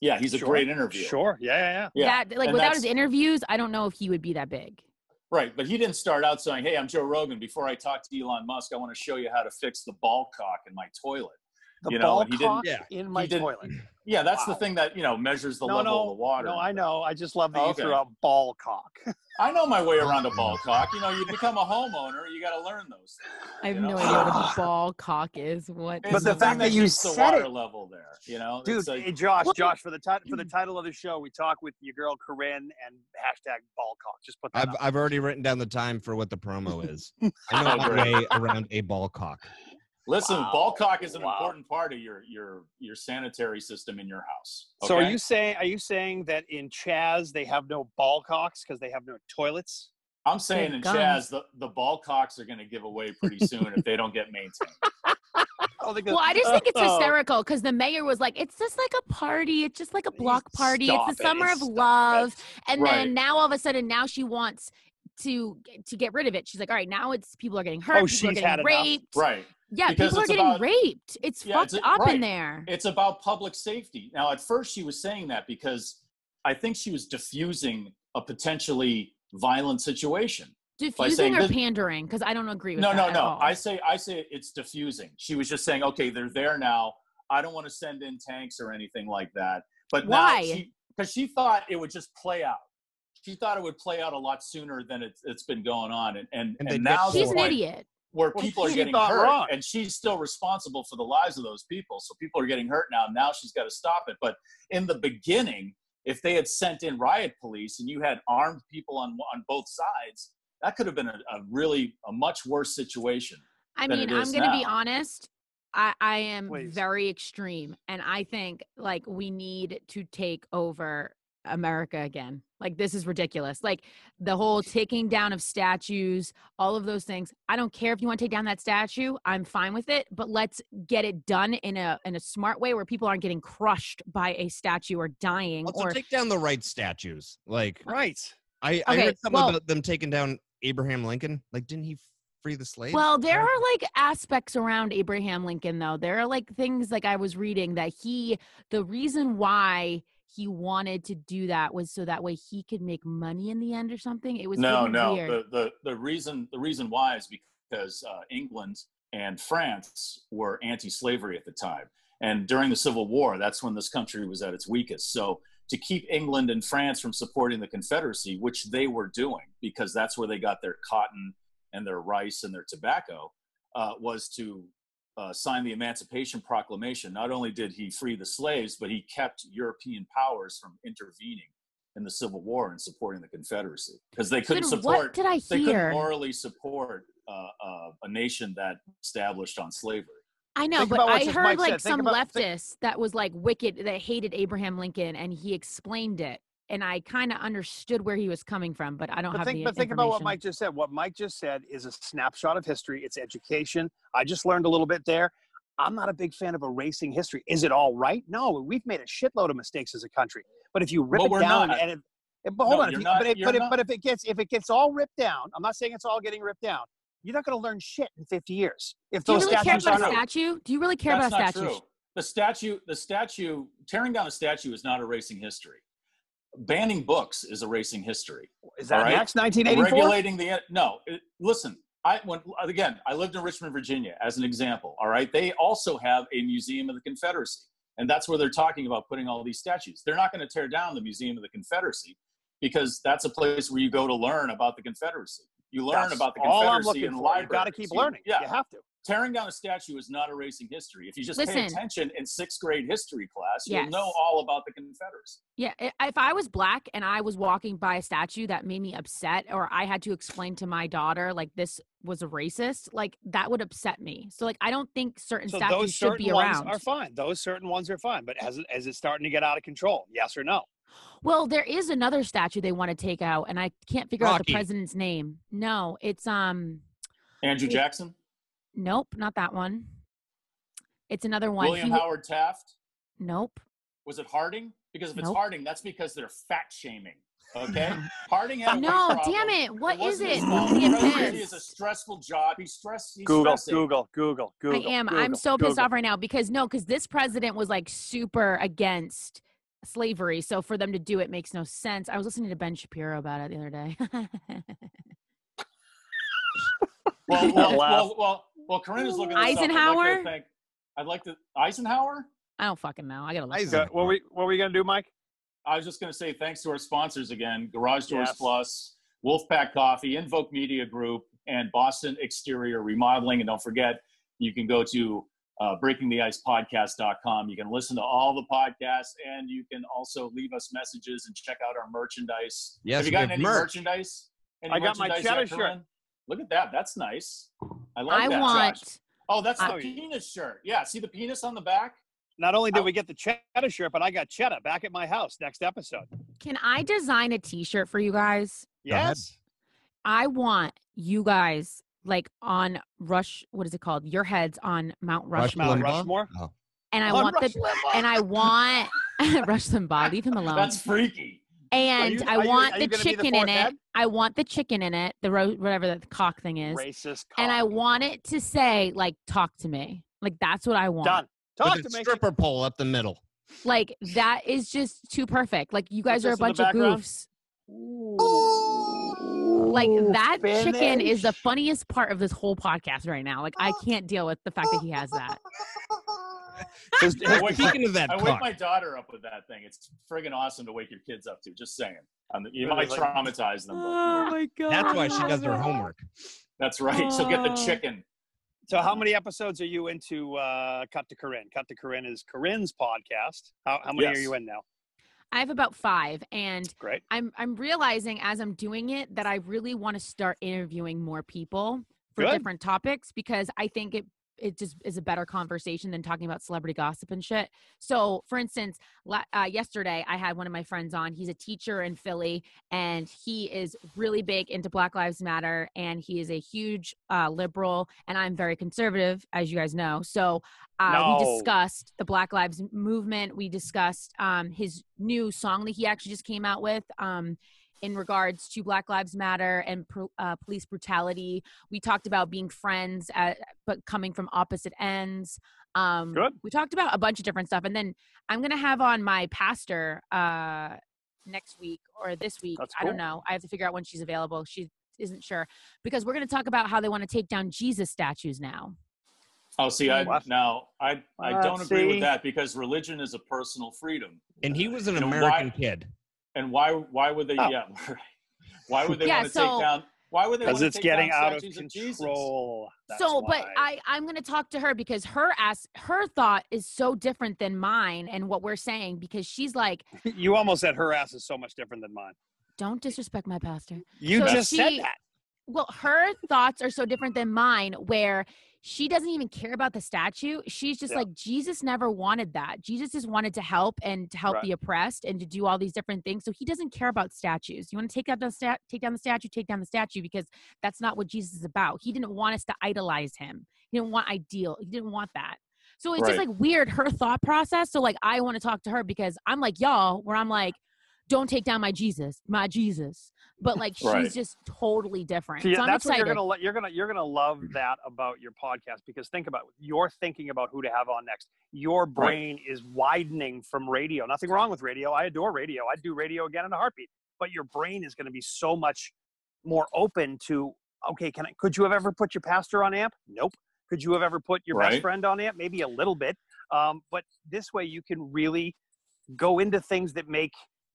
yeah, he's a Sure. great interviewer. Sure. Yeah, yeah, yeah. Yeah. That like and without that's- his interviews, I don't know if he would be that big. Right, but he didn't start out saying, "Hey, I'm Joe Rogan. Before I talk to Elon Musk, I want to show you how to fix the ball cock in my toilet." The You know, ball he didn't- cock yeah, in my he didn't- toilet. Yeah, that's the Wow. thing that you know measures the no, level no, of the water. No, I know. I just love that Oh, you okay. threw out ball cock. I know my way around a ball cock. You know, you become a homeowner, you got to learn those. Things, I have you know? no idea what a ball cock is. What? It's But the fact that thing you keeps the said water it- level there, you know, Dude, It's like- hey, Josh, What- Mm. Josh, for the ti- for the title of the show, we talk with your girl Corinne and hashtag ball cock. Just put that. I've up. I've already written down the time for what the promo is. I know Oh, my great. way around a ball cock. listen, wow, ball cock is an wow. important part of your your your sanitary system in your house. So are okay? you saying are you saying that in Chaz they have no ball cocks because they have no toilets? I'm saying Good in gum. Chaz, the, the ball cocks are going to give away pretty soon if they don't get maintained. I don't think Well, that- I just think it's Oh. hysterical because the mayor was like, "It's just like a party. It's just like a block party. Stop it's the summer of Stop love." it. And Right. then now all of a sudden, now she wants to to get rid of it. She's like, "All right, now it's people are getting hurt. Oh, people she's are getting had enough. raped. Right. Yeah, Because people are it's getting about- raped. It's Yeah, fucked it's- up right. in there. It's about public safety. Now, at first, she was saying that because I think she was diffusing a potentially violent situation. saying Diffusing or this- pandering? Because I don't agree with No, that no, at no. all. I say, I say it's diffusing. She was just saying, okay, they're there now. I don't want to send in tanks or anything like that. But Why? Because she, thought it would just play out. She thought it would play out a lot sooner than it's, it's been going on. And and, And and, they get now so the She's an point- idiot. where Well, people are she getting thought hurt wrong. and she's still responsible for the lives of those people so people are getting hurt now now she's got to stop it but in the beginning if they had sent in riot police and you had armed people on on both sides that could have been a, a really a much worse situation I than mean, it I'm is going to be now. honest. I, I am Please. very extreme. And I think like we need to take over America again. Like, this is ridiculous. Like, the whole taking down of statues, all of those things. I don't care if you want to take down that statue. I'm fine with it, but let's get it done in a in a smart way where people aren't getting crushed by a statue or dying Also, or take down the right statues. Like Right. I, I Okay, heard something well- about them taking down Abraham Lincoln. Like, didn't he free the slaves? Well, there are like aspects around Abraham Lincoln, though. There are like things like I was reading that he, the reason why he wanted to do that was so that way he could make money in the end or something. It was no getting no weird. the, the the reason the reason why is because uh, england and france were anti-slavery at the time and during the civil war that's when this country was at its weakest so to keep england and france from supporting the confederacy which they were doing because that's where they got their cotton and their rice and their tobacco uh, was to uh, sign the emancipation proclamation not only did he free the slaves but he kept european powers from intervening in the Civil War and supporting the Confederacy because they couldn't Then what support. did I They couldn't hear? morally support uh, uh, a nation that established on slavery. I know, Think but about what I just heard Mike like said. Think some about- leftist think- that was like wicked that hated Abraham Lincoln, and he explained it, and I kind of understood where he was coming from, but I don't But have think, the but think about what information. Mike just said. What Mike just said is a snapshot of history. It's education. I just learned a little bit there. I'm not a big fan of erasing history. Is it all right? No, we've made a shitload of mistakes as a country. But if you rip But it we're down not. and it, it- but hold No, on, if you're you- not- but, it, you're but, it, not. but if it gets if it gets all ripped down, I'm not saying it's all getting ripped down. You're not going to learn shit in 50 years if Do you those really care statues about are not. a statue? Do you really care That's about a not statue? true. the statue the statue tearing down a statue is not erasing history banning books is erasing history Is that All right. next 1984? regulating the no it- listen i when again i lived in richmond virginia as an example all right they also have a museum of the confederacy and that's where they're talking about putting all these statues they're not going to tear down the museum of the confederacy because that's a place where you go to learn about the confederacy you learn That's about the all I'm confederacy looking in for. libraries You've got to keep You- learning. yeah You have to. tearing down a statue is not erasing history. If you just pay Listen. attention in sixth grade history class, Yes. you'll know all about the Confederacy. Yeah, i- if I was black and I was walking by a statue that made me upset, or I had to explain to my daughter like this was a racist, like that would upset me. So like I don't think certain So statues those should certain be ones around. are fine. Those certain ones are fine. But as it, as it's starting to get out of control, yes or no? well, there is another statue they want to take out, and I can't figure out the Rocky. president's name. No, it's um, Andrew Wait. Jackson, nope, not that one. It's another one. William He- Howard Taft, nope. was it Harding? Because if it's Nope. Harding, that's because they're fat shaming. Okay, Harding had a weight No, problem. damn it! What is wasn't it? his fault. Give Presidency this. is a stressful job. He's stressed. He's Google, stressing. Google, Google, Google. I am. I'm Google, so pissed Google. off right now because no, because this president was like super against slavery. So for them to do it makes no sense. I was listening to Ben Shapiro about it the other day. Well, Laugh. well, well, well, well, Corinna's looking this Up. I'd Eisenhower? like, to think, I'd like to Eisenhower. I don't fucking know. I gotta look. Eisen- Go- What we what we gonna do, Mike? I was just going to say thanks to our sponsors again Garage Doors Yes. Plus, Wolfpack Coffee, Invoke Media Group, and Boston Exterior Remodeling. And don't forget, you can go to uh, breakingtheicepodcast.com. You can listen to all the podcasts and you can also leave us messages and check out our merchandise. Yes, have you we gotten have any merch. merchandise? Any I got my merchandise yet, cheddar Corinne? Look at that. That's nice. I like I that. want. Josh. Oh, that's the I- penis shirt. Yeah, see the penis on the back? Not only Oh. did I- we get the cheddar shirt, but I got cheddar back at my house next episode. Can I design a T-shirt for you guys? Go ahead. Yes. I want you guys like on Rush. What is it called? Your heads on Mount Rushmore, Mount Limbaugh? Rushmore? No. and I On want Rush the Limbaugh. and I want Rush Limbaugh. Leave him alone. That's freaky. Are and you- I are you- want are you the gonna be the chicken in fourth it. head? I want the chicken in it. The ro- whatever the cock thing is. racist. and I cock. want it to say like talk to me. Like that's what I want. done. Talk With to a me. stripper pole up the middle. Like that is just too perfect. Like you guys are a this in the bunch of background. goofs. Like that chicken is the finish. funniest part of this whole podcast right now. Like I can't deal with the fact that he has that. His- his- Wait, Speaking of that I cock, wake my daughter up with that thing. It's friggin' awesome to wake your kids up to. Just saying, um, you Really, might like- traumatize them. both. Oh my god. that's why she does her homework. That's right. She'll get the Oh. chicken. So, how many episodes are you into? Uh, Cut to Corinne. Cut to Corinne is Corinne's podcast. How, how many Yes. are you in now? I have about five, and Great. I'm I'm realizing as I'm doing it that I really want to start interviewing more people for Good. different topics because I think it it just is a better conversation than talking about celebrity gossip and shit. So, for instance, la- uh, yesterday I had one of my friends on. He's a teacher in Philly, and he is really big into Black Lives Matter, and he is a huge uh, liberal, and I'm very conservative, as you guys know. So, uh, we No. discussed the Black Lives Movement. We discussed um, his new song that he actually just came out with. Um, in regards to Black Lives Matter and pro- uh, police brutality, we talked about being friends, uh, at, but coming from opposite ends. Um, Good. We talked about a bunch of different stuff, and then I'm gonna have on my pastor uh, next week or this week. That's I cool. don't know. I have to figure out when she's available. She isn't sure because we're gonna talk about how they want to take down Jesus statues now. Oh, see, I What? now I I Uh, don't agree see? with that because religion is a personal freedom. And he was an You know, why- American kid. And why why would they? Oh. Yeah, why would they Yeah, want to so- take down? Why would they? Because wanna it's take getting down out of statues Jesus? control. That's so, but why. I I'm gonna talk to her because her ass her thought is so different than mine and what we're saying because she's like, you almost said her ass is so much different than mine. don't disrespect my pastor. You So just said she- that. well her thoughts are so different than mine where she doesn't even care about the statue she's just Yeah. like jesus never wanted that jesus just wanted to help and to help Right. the oppressed and to do all these different things so he doesn't care about statues you want to take out the stat take down the statue take down the statue because that's not what jesus is about he didn't want us to idolize him he didn't want ideal he didn't want that so it's just Right. like weird her thought process so like i want to talk to her because i'm like y'all where i'm like don't take down my Jesus, my Jesus. But like Right. she's just totally different. yeah, so I'm that's what excited. you're gonna lo- you're gonna you're gonna love that about your podcast because think about it. you're thinking about who to have on next. Your brain is widening from radio. Nothing wrong with radio. I adore radio. I'd do radio again in a heartbeat. But your brain is gonna be so much more open to okay. Can I? Could you have ever put your pastor on amp? Nope. Could you have ever put your best Right. friend on amp? Maybe a little bit. Um, but this way, you can really go into things that make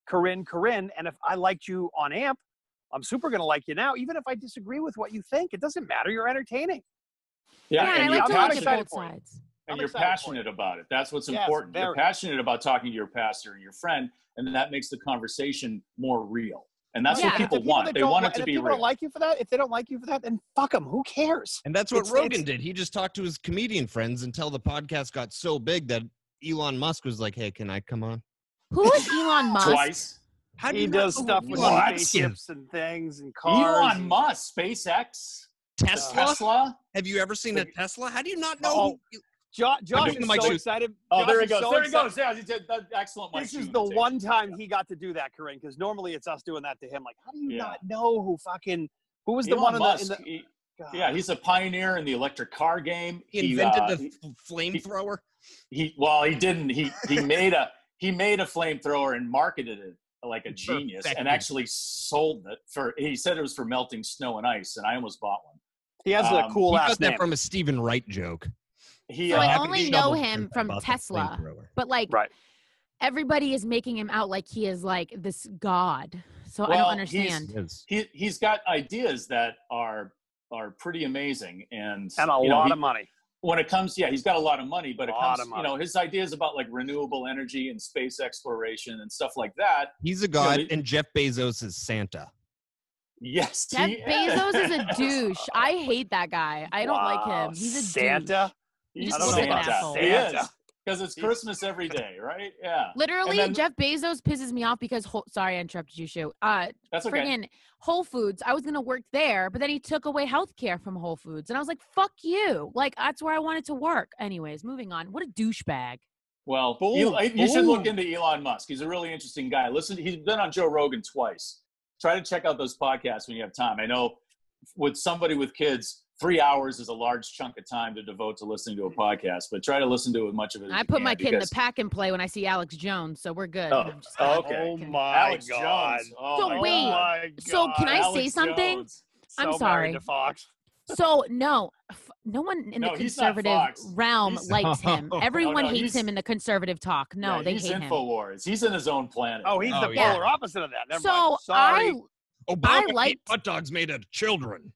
Corinne Corinne. And if I liked you on amp. I'm super going to like you now, even if I disagree with what you think. It doesn't matter. You're entertaining. Yeah, yeah, and I and, you're like to look passionate. at both for it. sides. I'm and you're excited for passionate about it. That's what's Yes, important. You're very. passionate about talking to your pastor and your friend, and that makes the conversation more real. And that's Yeah. what If people, The want. that They don't want li- it and to if be people real. don't like you for that, if they don't like you for that, then fuck them. Who cares? And that's what It's- Rogan it's- did. He just talked to his comedian friends until the podcast got so big that Elon Musk was like, "Hey, can I come on?" Who is Elon Musk? Twice. How he you not does know who stuff with Elon What? Musk is? spaceships and things and cars. Uh, Elon Musk, SpaceX, Tesla? Tesla. Have you ever seen a Tesla? How do you not know? Oh, who- Jo- I'm Josh doing is the mic so too. excited. Oh, Josh there he is goes. so there he excited. goes. Yeah, he did- that- excellent. Mike This is Schumann the take. one time he got to do that, Corinne, because normally it's us doing that to him. Like, how do you Yeah. not know who fucking who was the Elon one in the, Musk. in the he- God. yeah, he's a pioneer in the electric car game. He invented the uh, he- f- flamethrower. he well he didn't he he made a he made a flamethrower and marketed it like a genius Perfected. and actually sold it for he said it was for melting snow and ice and i almost bought one He has a Um, cool he last got name. that from a Stephen Wright joke. he So uh, I Happy only to know shovel him truth from about the Tesla. flamethrower. But like Right. everybody is making him out like he is like this god. So I Well, don't he's- understand. Yes. he he's got ideas that are are pretty amazing and And a you know, lot he- of money. when it comes yeah he's got a lot of money but it Lot comes of you money. know his ideas about like renewable energy and space exploration and stuff like that He's a god, he- and Jeff Bezos is Santa. yes Jeff he Bezos is a douche. I hate that guy. I don't like Wow, him. He's a douche. Santa. You He's just I don't look like know an about asshole. He is Santa. because it's Christmas every day, right? Yeah, Literally, then- Jeff Bezos pisses me off because Whole, sorry, I interrupted you, Shu. Uh, that's okay. friggin' Whole Foods. I was gonna work there, but then he took away health care from Whole Foods, and I was like, "Fuck you!" Like that's where I wanted to work. Anyways, moving on. What a douchebag. Well, Boom, Elon- you should look boom. into Elon Musk. He's a really interesting guy. Listen, he's been on Joe Rogan twice. Try to check out those podcasts when you have time. I know with somebody with kids, three hours is a large chunk of time to devote to listening to a podcast, but try to listen to as much of it. As I you put can my kid in the because- pack and play when I see Alex Jones, so we're good. Oh, I'm just kidding. okay. I'm Oh kidding. my Alex God. Jones. Oh So my wait, God. my so can I God. say something? Jones. I'm So married sorry. to Fox. So no, f- no one in No, the he's not conservative Fox. realm He's- likes him. No, Everyone no, hates he's- him in the conservative talk. No, Yeah, they he's hate him. Infowars. He's in his own planet. Oh, he's Oh, the yeah. polar opposite of that. Never So mind. Sorry. Obama liked- ate hot dogs made out of children.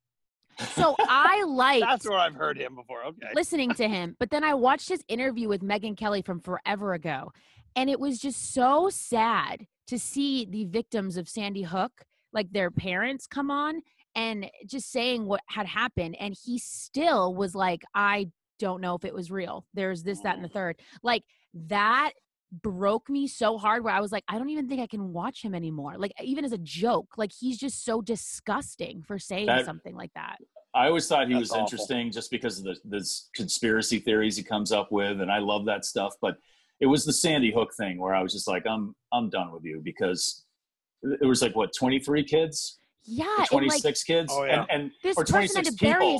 I, so I like That's where I've heard him before. Okay. listening to him. But then I watched his interview with Megan Kelly from forever ago, and it was just so sad to see the victims of Sandy Hook, like their parents, come on and just saying what had happened. And he still was like, I don't know if it was real. There's this, that, and the third. Like that broke me so hard where I was like, I don't even think I can watch him anymore. Like, even as a joke, like he's just so disgusting for saying That- something like that. I always thought he That's was awful. interesting just because of the, the conspiracy theories he comes up with, and I love that stuff. But it was the Sandy Hook thing where I was just like, I'm I'm done with you because it was like what 23 kids, Yeah. and, like, 26 kids, Oh, yeah. and, and this or person had 26 to bury people. a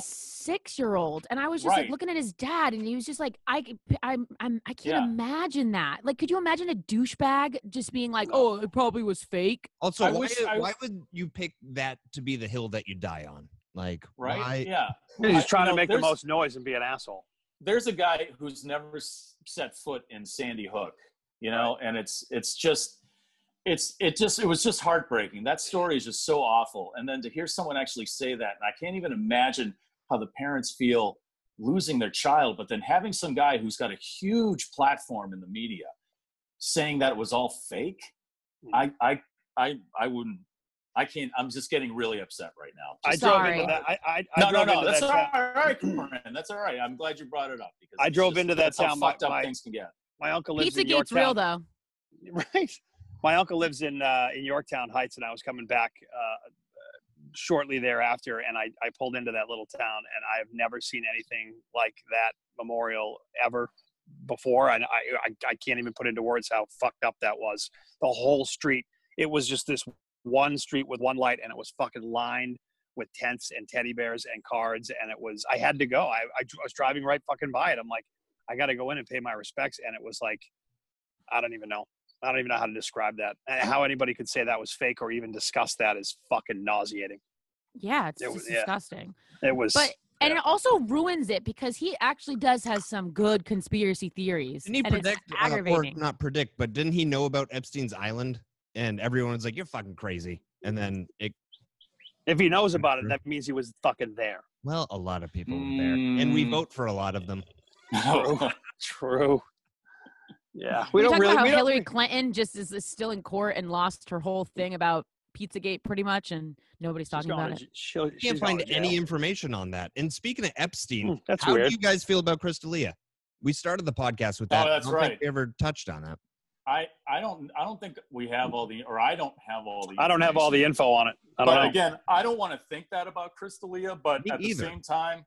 six-year-old, and I was just Right. like looking at his dad, and he was just like, "I, c- I'm, I'm, I can't Yeah. imagine that. Like, could you imagine a douchebag just being like, No. oh, it probably was fake? Also, I why, wish I- why would you pick that to be the hill that you die on? Like, Right? why? yeah. He's I- just trying you know, to make the there's- most noise and be an asshole. there's a guy who's never s- set foot in Sandy Hook, you know, and it's it's just it's it just it was just heartbreaking. That story is just so awful. And then to hear someone actually say that, and I can't even imagine how the parents feel losing their child, but then having some guy who's got a huge platform in the media saying that it was all fake, I I I I wouldn't I can't I'm just getting really upset right now. I Just- drove Sorry. into that. I, I, I no, no, drove no. into That's that all town- right, all right, Corinne. That's all right. I'm glad you brought it up because I it's drove just- into that that's how town by- Fucked up by- things can get. My uncle lives in Pizza Yorktown. real though. right? My uncle lives in uh, in Yorktown Heights, and I was coming back uh, shortly thereafter, and I, I pulled into that little town, and I've never seen anything like that memorial ever before, and I, I I can't even put into words how fucked up that was. The whole street it was just this one street with one light, and it was fucking lined with tents and teddy bears and cards. And it was, I had to go. I, I dr- I was driving right fucking by it. I'm like, I got to go in and pay my respects. And it was like, I don't even know. I don't even know how to describe that. And how anybody could say that was fake or even discuss that is fucking nauseating. Yeah, it's It just was- yeah. disgusting. It was. But and it also ruins it because he actually does has some good conspiracy theories. Didn't he and it's predict uh, aggravating. or not predict, but didn't he know about Epstein's island? And everyone was like, "You're fucking crazy." And then it if he knows about it, that means he was fucking there. well, a lot of people were there, and we Mm. vote for a lot of them. True. Yeah, we we don't talked really. about how We don't, Hillary Clinton just is, is still in court and lost her whole thing about Pizzagate, pretty much, and nobody's she's talking going about to it. j- she'll- You she's can't going find to any jail. information on that. And speaking of Epstein, Hmm, That's how weird. do you guys feel about Crystalia? We started the podcast with Oh, that. that's I don't think right. we ever touched on that. I, I don't I don't think we have all the or I don't have all the I don't have all the information. info on it. I but don't know. again, I don't want to think that about Crystalia, but Me at either. the same time,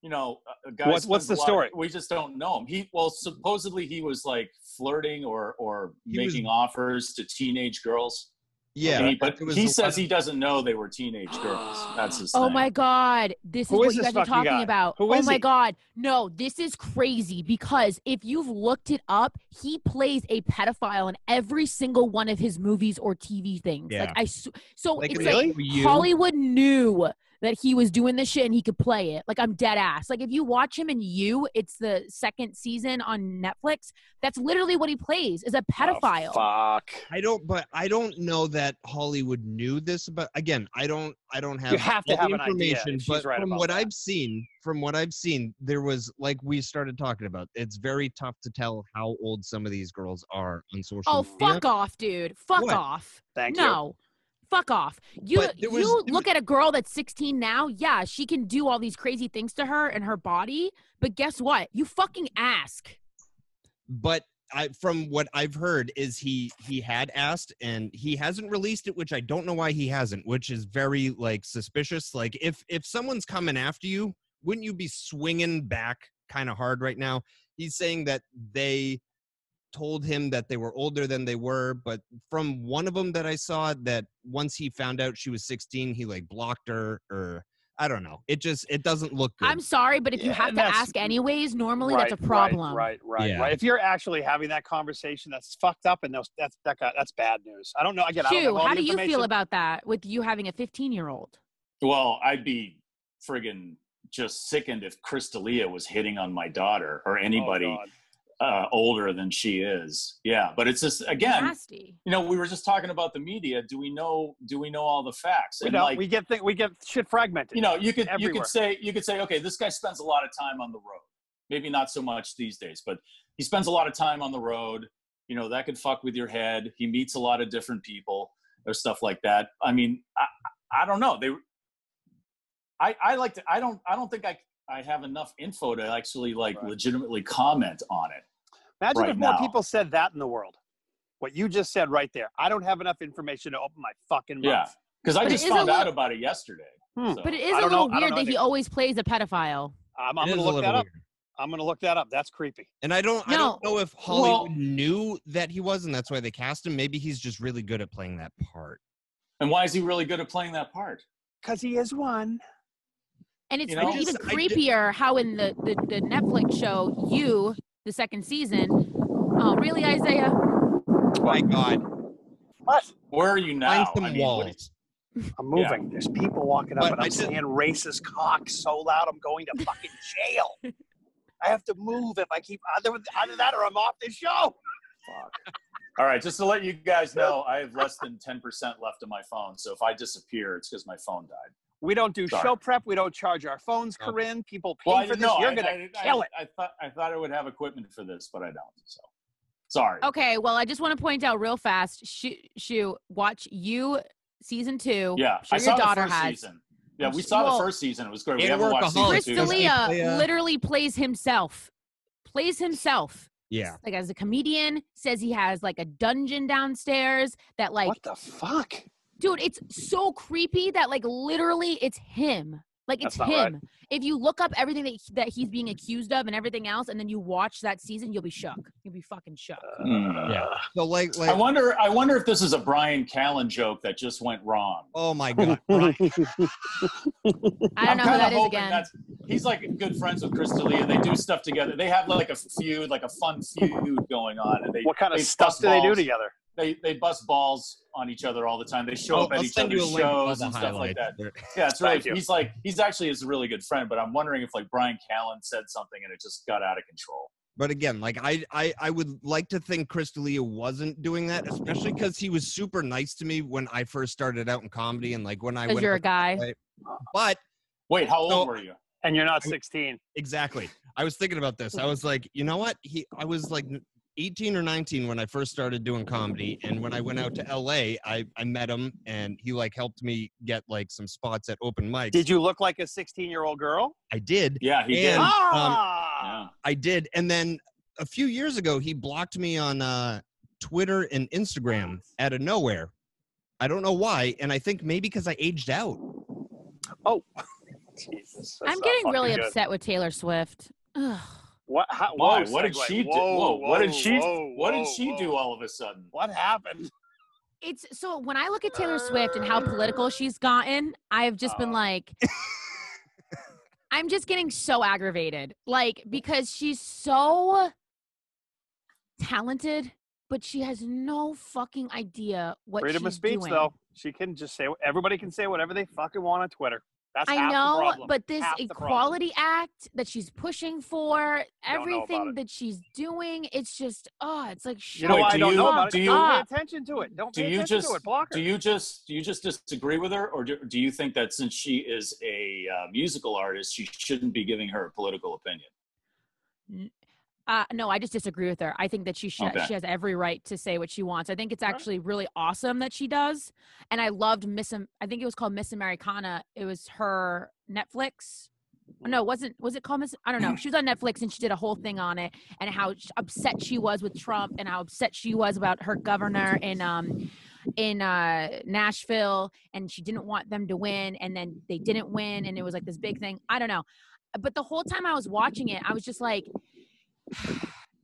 you know, uh, a- a guy What's- what's spends the a lot story? of- we just don't know him. He well, supposedly he was like flirting or or He was- making offers to teenage girls. Yeah, And he- but it was he the says one- he doesn't know they were teenage girls. That's his. Oh thing. my god, this is Who what is you this guys are fucking talking guy? about. Who oh is my he? god, no, this is crazy because if you've looked it up, he plays a pedophile in every single one of his movies or TV things. Yeah. Like I, s- so Like, it's in like the EU, Hollywood knew that he was doing this shit and he could play it. Like I'm dead ass. Like if you watch him in You, it's the second season on Netflix. That's literally what he plays is a pedophile. Oh, fuck. I don't, but I don't know that Hollywood knew this. But again, I don't, I don't have. You have to all the have an idea information. if she's but right from about what that. I've seen, from what I've seen, there was like we started talking about. It's very tough to tell how old some of these girls are on social. oh media. fuck off, dude. Fuck What? off. Thank you. no. Fuck off. You But there was- you there look at a girl that's 16 now, yeah, she can do all these crazy things to her and her body, but guess what? You fucking ask. but I, from what I've heard, is he he had asked and he hasn't released it, which I don't know why he hasn't, which is very like suspicious. Like if if someone's coming after you, wouldn't you be swinging back kind of hard right now? He's saying that they told him that they were older than they were, but from one of them that I saw, that once he found out she was 16, he like blocked her or I don't know. It just it doesn't look good. I'm sorry, but if you Yeah, have and to that's- ask anyways, normally that's a Right, right, problem. Right, right, Yeah. right. If you're actually having that conversation, that's fucked up, and those, that's that guy, that's bad news. I don't know. Again, I don't have Hugh, all how the do you feel information. about that with you having a 15 year old? Well, I'd be friggin' just sickened if Crystalia was hitting on my daughter or Oh, anybody God. uh, older than she is. Yeah, but it's just again, Nasty. you know, we were just talking about the media. Do we know? Do we know all the facts? We And, don't. like, we get thi- we get shit fragmented. you know, you could you everywhere. could say you could say, okay, this guy spends a lot of time on the road. Maybe not so much these days, but he spends a lot of time on the road. You know, that could fuck with your head. He meets a lot of different people or stuff like that. I mean, I, I don't know. They, I, I like to. I don't. I don't think I. I have enough info to actually like Right. legitimately comment on it. Imagine right if more now. people said that in the world. What you just said right there. I don't have enough information to open my fucking mouth. Yeah, because I But it just is a found little- out about it yesterday. Hmm. So- But it I is don't a know- little I don't weird know that he anything. always plays a pedophile. I'm, It I'm gonna is a look little that up. weird. I'm gonna look that up. That's creepy. And I don't, I don't No. know if Hollywood Well- knew that he was, and that's why they cast him. Maybe he's just really good at playing that part. and why is he really good at playing that part? Cause he is one. And it's You know? even Just- I ju- creepier how in the, the, the Netflix show, you, the second season, oh, really, Isaiah? Oh My God, What? Where are you now? find some I mean, what- walls. I'm Yeah. moving. There's people walking up, But and I I'm just- saying racist cock so loud I'm going to fucking jail. I have to move if I keep either either that or I'm off the show. All right, just to let you guys know, I have less than 10% left on my phone. So if I disappear, it's because my phone died. We don't do Sorry. show prep. We don't charge our phones, Okay. Corinne. People pay Well, I for didn't this. know. You're I, gonna I- I- kill it. I, thought, I thought I would have equipment for this, but I don't. So sorry. Okay, well, I just want to point out real fast, Shoo, Shoo watch you season two. Yeah, Shoo, I your saw daughter the first has. season. Yeah, we Well- saw the first season. It was great. We And haven't watched workaholics. season two. Crystal- Crystalia Play, uh, literally plays himself, plays himself. Yeah, Like as a comedian, says he has like a dungeon downstairs that like what the fuck? dude it's so creepy that like literally it's him Like it's That's not right. him. If you look up everything that, he- that he's being accused of and everything else, and then you watch that season, you'll be shook. You'll be fucking shook. Uh, Yeah. So like Hmm. I like wonder. I wonder if this is a Brian Callen joke that just went wrong. oh my god. Brian. I don't know who kinda that is hoping again. that's- he's like good friends with Krista Lee, and they do stuff together. They have like a feud, like a fun feud going on. And they, What kind of they stuff bust do they do balls- together? They they bust balls on each other all the time. They show I'll, up at I'll each send you a other's link to all shows the and stuff like highlights. that. There- Yeah, it's really. Thank you. He's like he's actually is a really good friend, but I'm wondering if like Brian Callen said something and it just got out of control. But again, like I, I, I would like to think Crystalia wasn't doing that, especially because he was super nice to me when I first started out in comedy and like when I Because went. you're a guy. but Wait, how old No. were you? And you're not 16. exactly, I was thinking about this. I was like, you know what? He, I was like 18 or 19 when I first started doing comedy, and when I went out to LA, I, I met him and he like helped me get like some spots at open mics. Did you look like a 16 year old girl? I did. Yeah, he And, um, did. ah! Yeah. I did. And then a few years ago, he blocked me on uh, Twitter and Instagram out of nowhere. I don't know why. And I think maybe because I aged out. Jesus, that's I'm not getting really fucking good. upset with Taylor Swift. Ugh. What? How, whoa, Why? What did segue. she do? Whoa, Whoa, what did she? whoa, what did whoa, she whoa. do all of a sudden? What happened? It's so when I look at Taylor Swift and how Uh. political she's gotten, I've just been Oh. like, I'm just getting so aggravated. Like, because she's so talented, but she has no fucking idea what Freedom she's of speech, doing. though. She can just say everybody can say whatever they fucking want on Twitter. That's I half the know, problem. but this Half the problem. Equality Act that she's pushing for, Don't know about everything it. that she's doing, it's just, oh, it's like, shut You know Wait, why I do don't you- know about do it? you- don't pay attention to it. Don't do pay you attention just to it. Block her. do you just do you just disagree with her or do, do you think that since she is a uh, musical artist she shouldn't be giving her political opinion Uh, no, I just disagree with her. I think that she should, Okay. she has every right to say what she wants. I think it's right. actually really awesome that she does. And I loved Miss Am- I think it was called Miss Americana. It was her Netflix. No, it wasn't was it called Miss I don't know. She was on Netflix and she did a whole thing on it and how sh- upset she was with Trump and how upset she was about her governor in um in uh Nashville and she didn't want them to win and then they didn't win and it was like this big thing. I don't know. But the whole time I was watching it, I was just like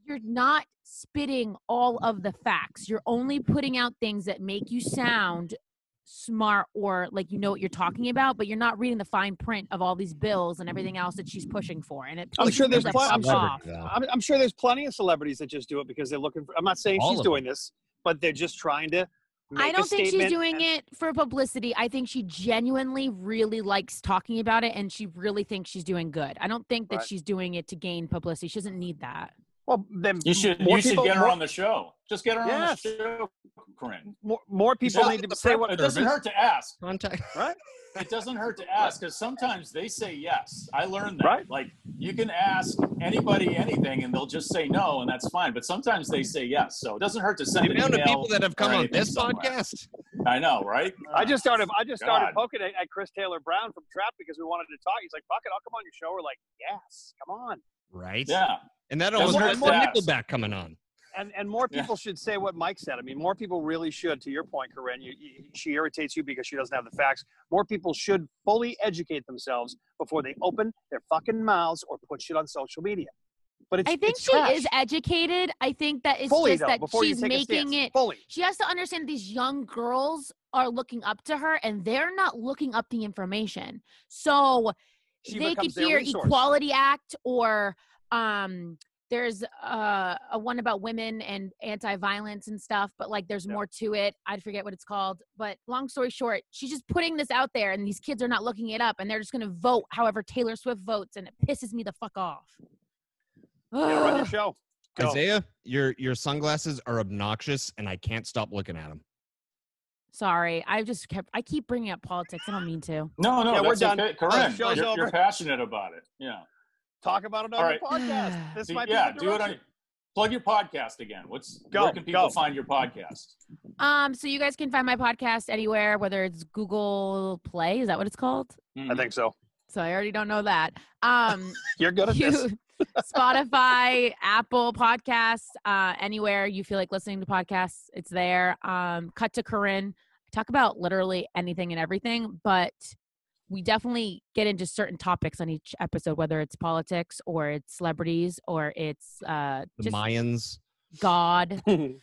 you're not spitting all of the facts. You're only putting out things that make you sound smart or like you know what you're talking about, but you're not reading the fine print of all these bills and everything else that she's pushing for. And it I'm pisses sure me there's the pl- I'm fuck sure- off. I'm, I'm sure there's plenty of celebrities that just do it because they're looking for. I'm not saying All she's of them. doing this, but they're just trying to. Make I a don't think she's statement doing and- it for publicity. I think she genuinely really likes talking about it and she really thinks she's doing good. I don't think that Right. she's doing it to gain publicity. She doesn't need that. Well, then you should more you should people- get her more- on the show just get her Yes. on the show Corinne. More, more people Yeah, need to it's say a- what it doesn't hurt to ask Contact. it doesn't hurt to ask because sometimes they say yes i learned that Right. like you can ask anybody anything and they'll just say no and that's fine but sometimes they say yes so it doesn't hurt to The send an amount of email people that have come or on anything this somewhere. podcast. i know right I just started. I just started God. poking at, at Chris Taylor Brown from Trap because we wanted to talk. He's like, "Fuck it, I'll come on your show." We're like, "Yes, come on." Right. yeah And that Doesn't almost hurt was to ask. Nickelback coming on. And and more Yeah. people should say what Mike said. I mean, more people really should. To your point, Corinne, you, you, she irritates you because she doesn't have the facts. More people should fully educate themselves before they open their fucking mouths or put shit on social media. But it's I think it's she trash. is educated. I think that it's fully just though that before she's you take a making stance. it fully. she has to understand these young girls are looking up to her and they're not looking up the information. So She they could becomes their hear resource. Equality Act or um there's uh, a one about women and anti-violence and stuff but like there's Yeah. more to it i forget what it's called but long story short she's just putting this out there and these kids are not looking it up and they're just going to vote however taylor swift votes and it pisses me the fuck off You know, run your Ugh. show. Go. Isaiah, your your sunglasses are obnoxious, and I can't stop looking at them. Sorry, I just kept. I keep bringing up politics. I don't mean to. no no Yeah, we're that's done. okay. Oh, Corinne, the show's you're, over. you're passionate about it yeah Talk about it on All the podcast. This Do- might be yeah, the do it on. direction. Plug your podcast again. What's Go, where can people go. find your podcast? Um, so you guys can find my podcast anywhere, whether it's Google Play. Is that what it's called? Hmm. I think so. So I already don't know that. Um, You're good at this. you, Spotify, Apple Podcasts, uh, anywhere you feel like listening to podcasts, it's there. Um, Cut to Corinne. I talk about literally anything and everything, but we definitely get into certain topics on each episode, whether it's politics or it's celebrities or it's uh, The just Mayans. God, anything,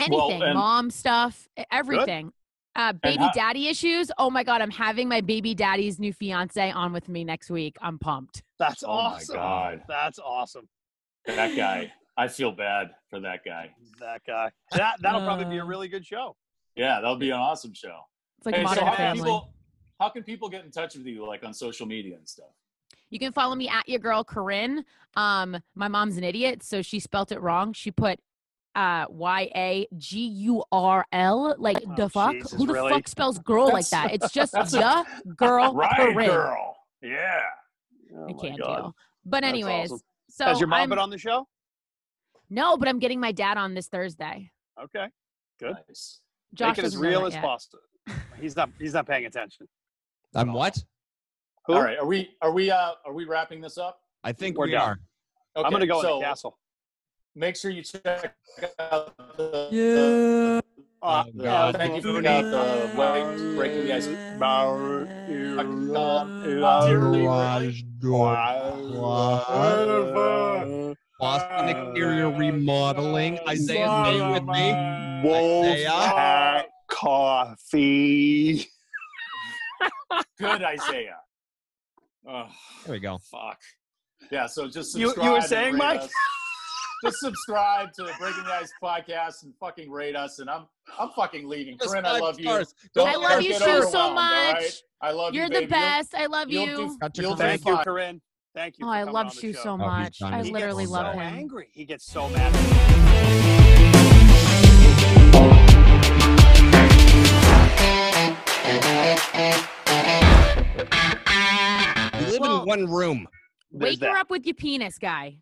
and- mom stuff, e- everything. Uh, baby how- daddy issues. Oh my God, I'm having my baby daddy's new fiance on with me next week. I'm pumped. That's Oh my awesome. God. That's awesome. That guy. I feel bad for that guy. That guy. That that'll probably be a Uh, really good show. Yeah, that'll be an awesome show. It's like Hey, so modern how can family. people how can people get in touch with you like on social media and stuff? You can follow me at your girl Corinne. Um, my mom's an idiot, so she spelt it wrong. She put uh Y A G U R L. Like Oh, the fuck? Jesus, Who the really? fuck spells girl like That's- that? It's just that's a- the girl right, Corinne. girl. Yeah. Oh I my can't God. deal. But That's anyways, awesome. so Has your mom I'm- been on the show? no, but I'm getting my dad on this Thursday. Okay. Good. Nice. Josh Make it as doesn't know real that as yet. possible. He's not he's not paying attention. I'm what? Who? All right. Are we are we uh are we wrapping this up? I think We're we done. are. Okay, I'm gonna go so in the castle. Make sure you check out the, Uh, Oh, Uh, God. thank you for Booty. checking out the wedding breaking the ice. Dearly, really? Boston exterior remodeling. Isaiah's staying with me. Isaiah. coffee. Good Isaiah. Oh, There we go. fuck. Yeah. So just You- you were subscribe and saying, rate Mike? us. Just subscribe to the Breaking the Ice podcast and fucking rate us. And I'm I'm fucking leaving. Just Corinne, I five love you. stars. Don't I let love her you get so, so overwhelmed, all right? much. I love you. You're the baby. You'll- best. I love you'll you. do- Got your you'll do Thank you, fine. Corinne. Thank you. oh, for I coming on love the you show. so he's much. done I it. He literally gets love so him. angry. He gets so mad. You live Well- in one room. There's Wake her that. up with your penis, guy.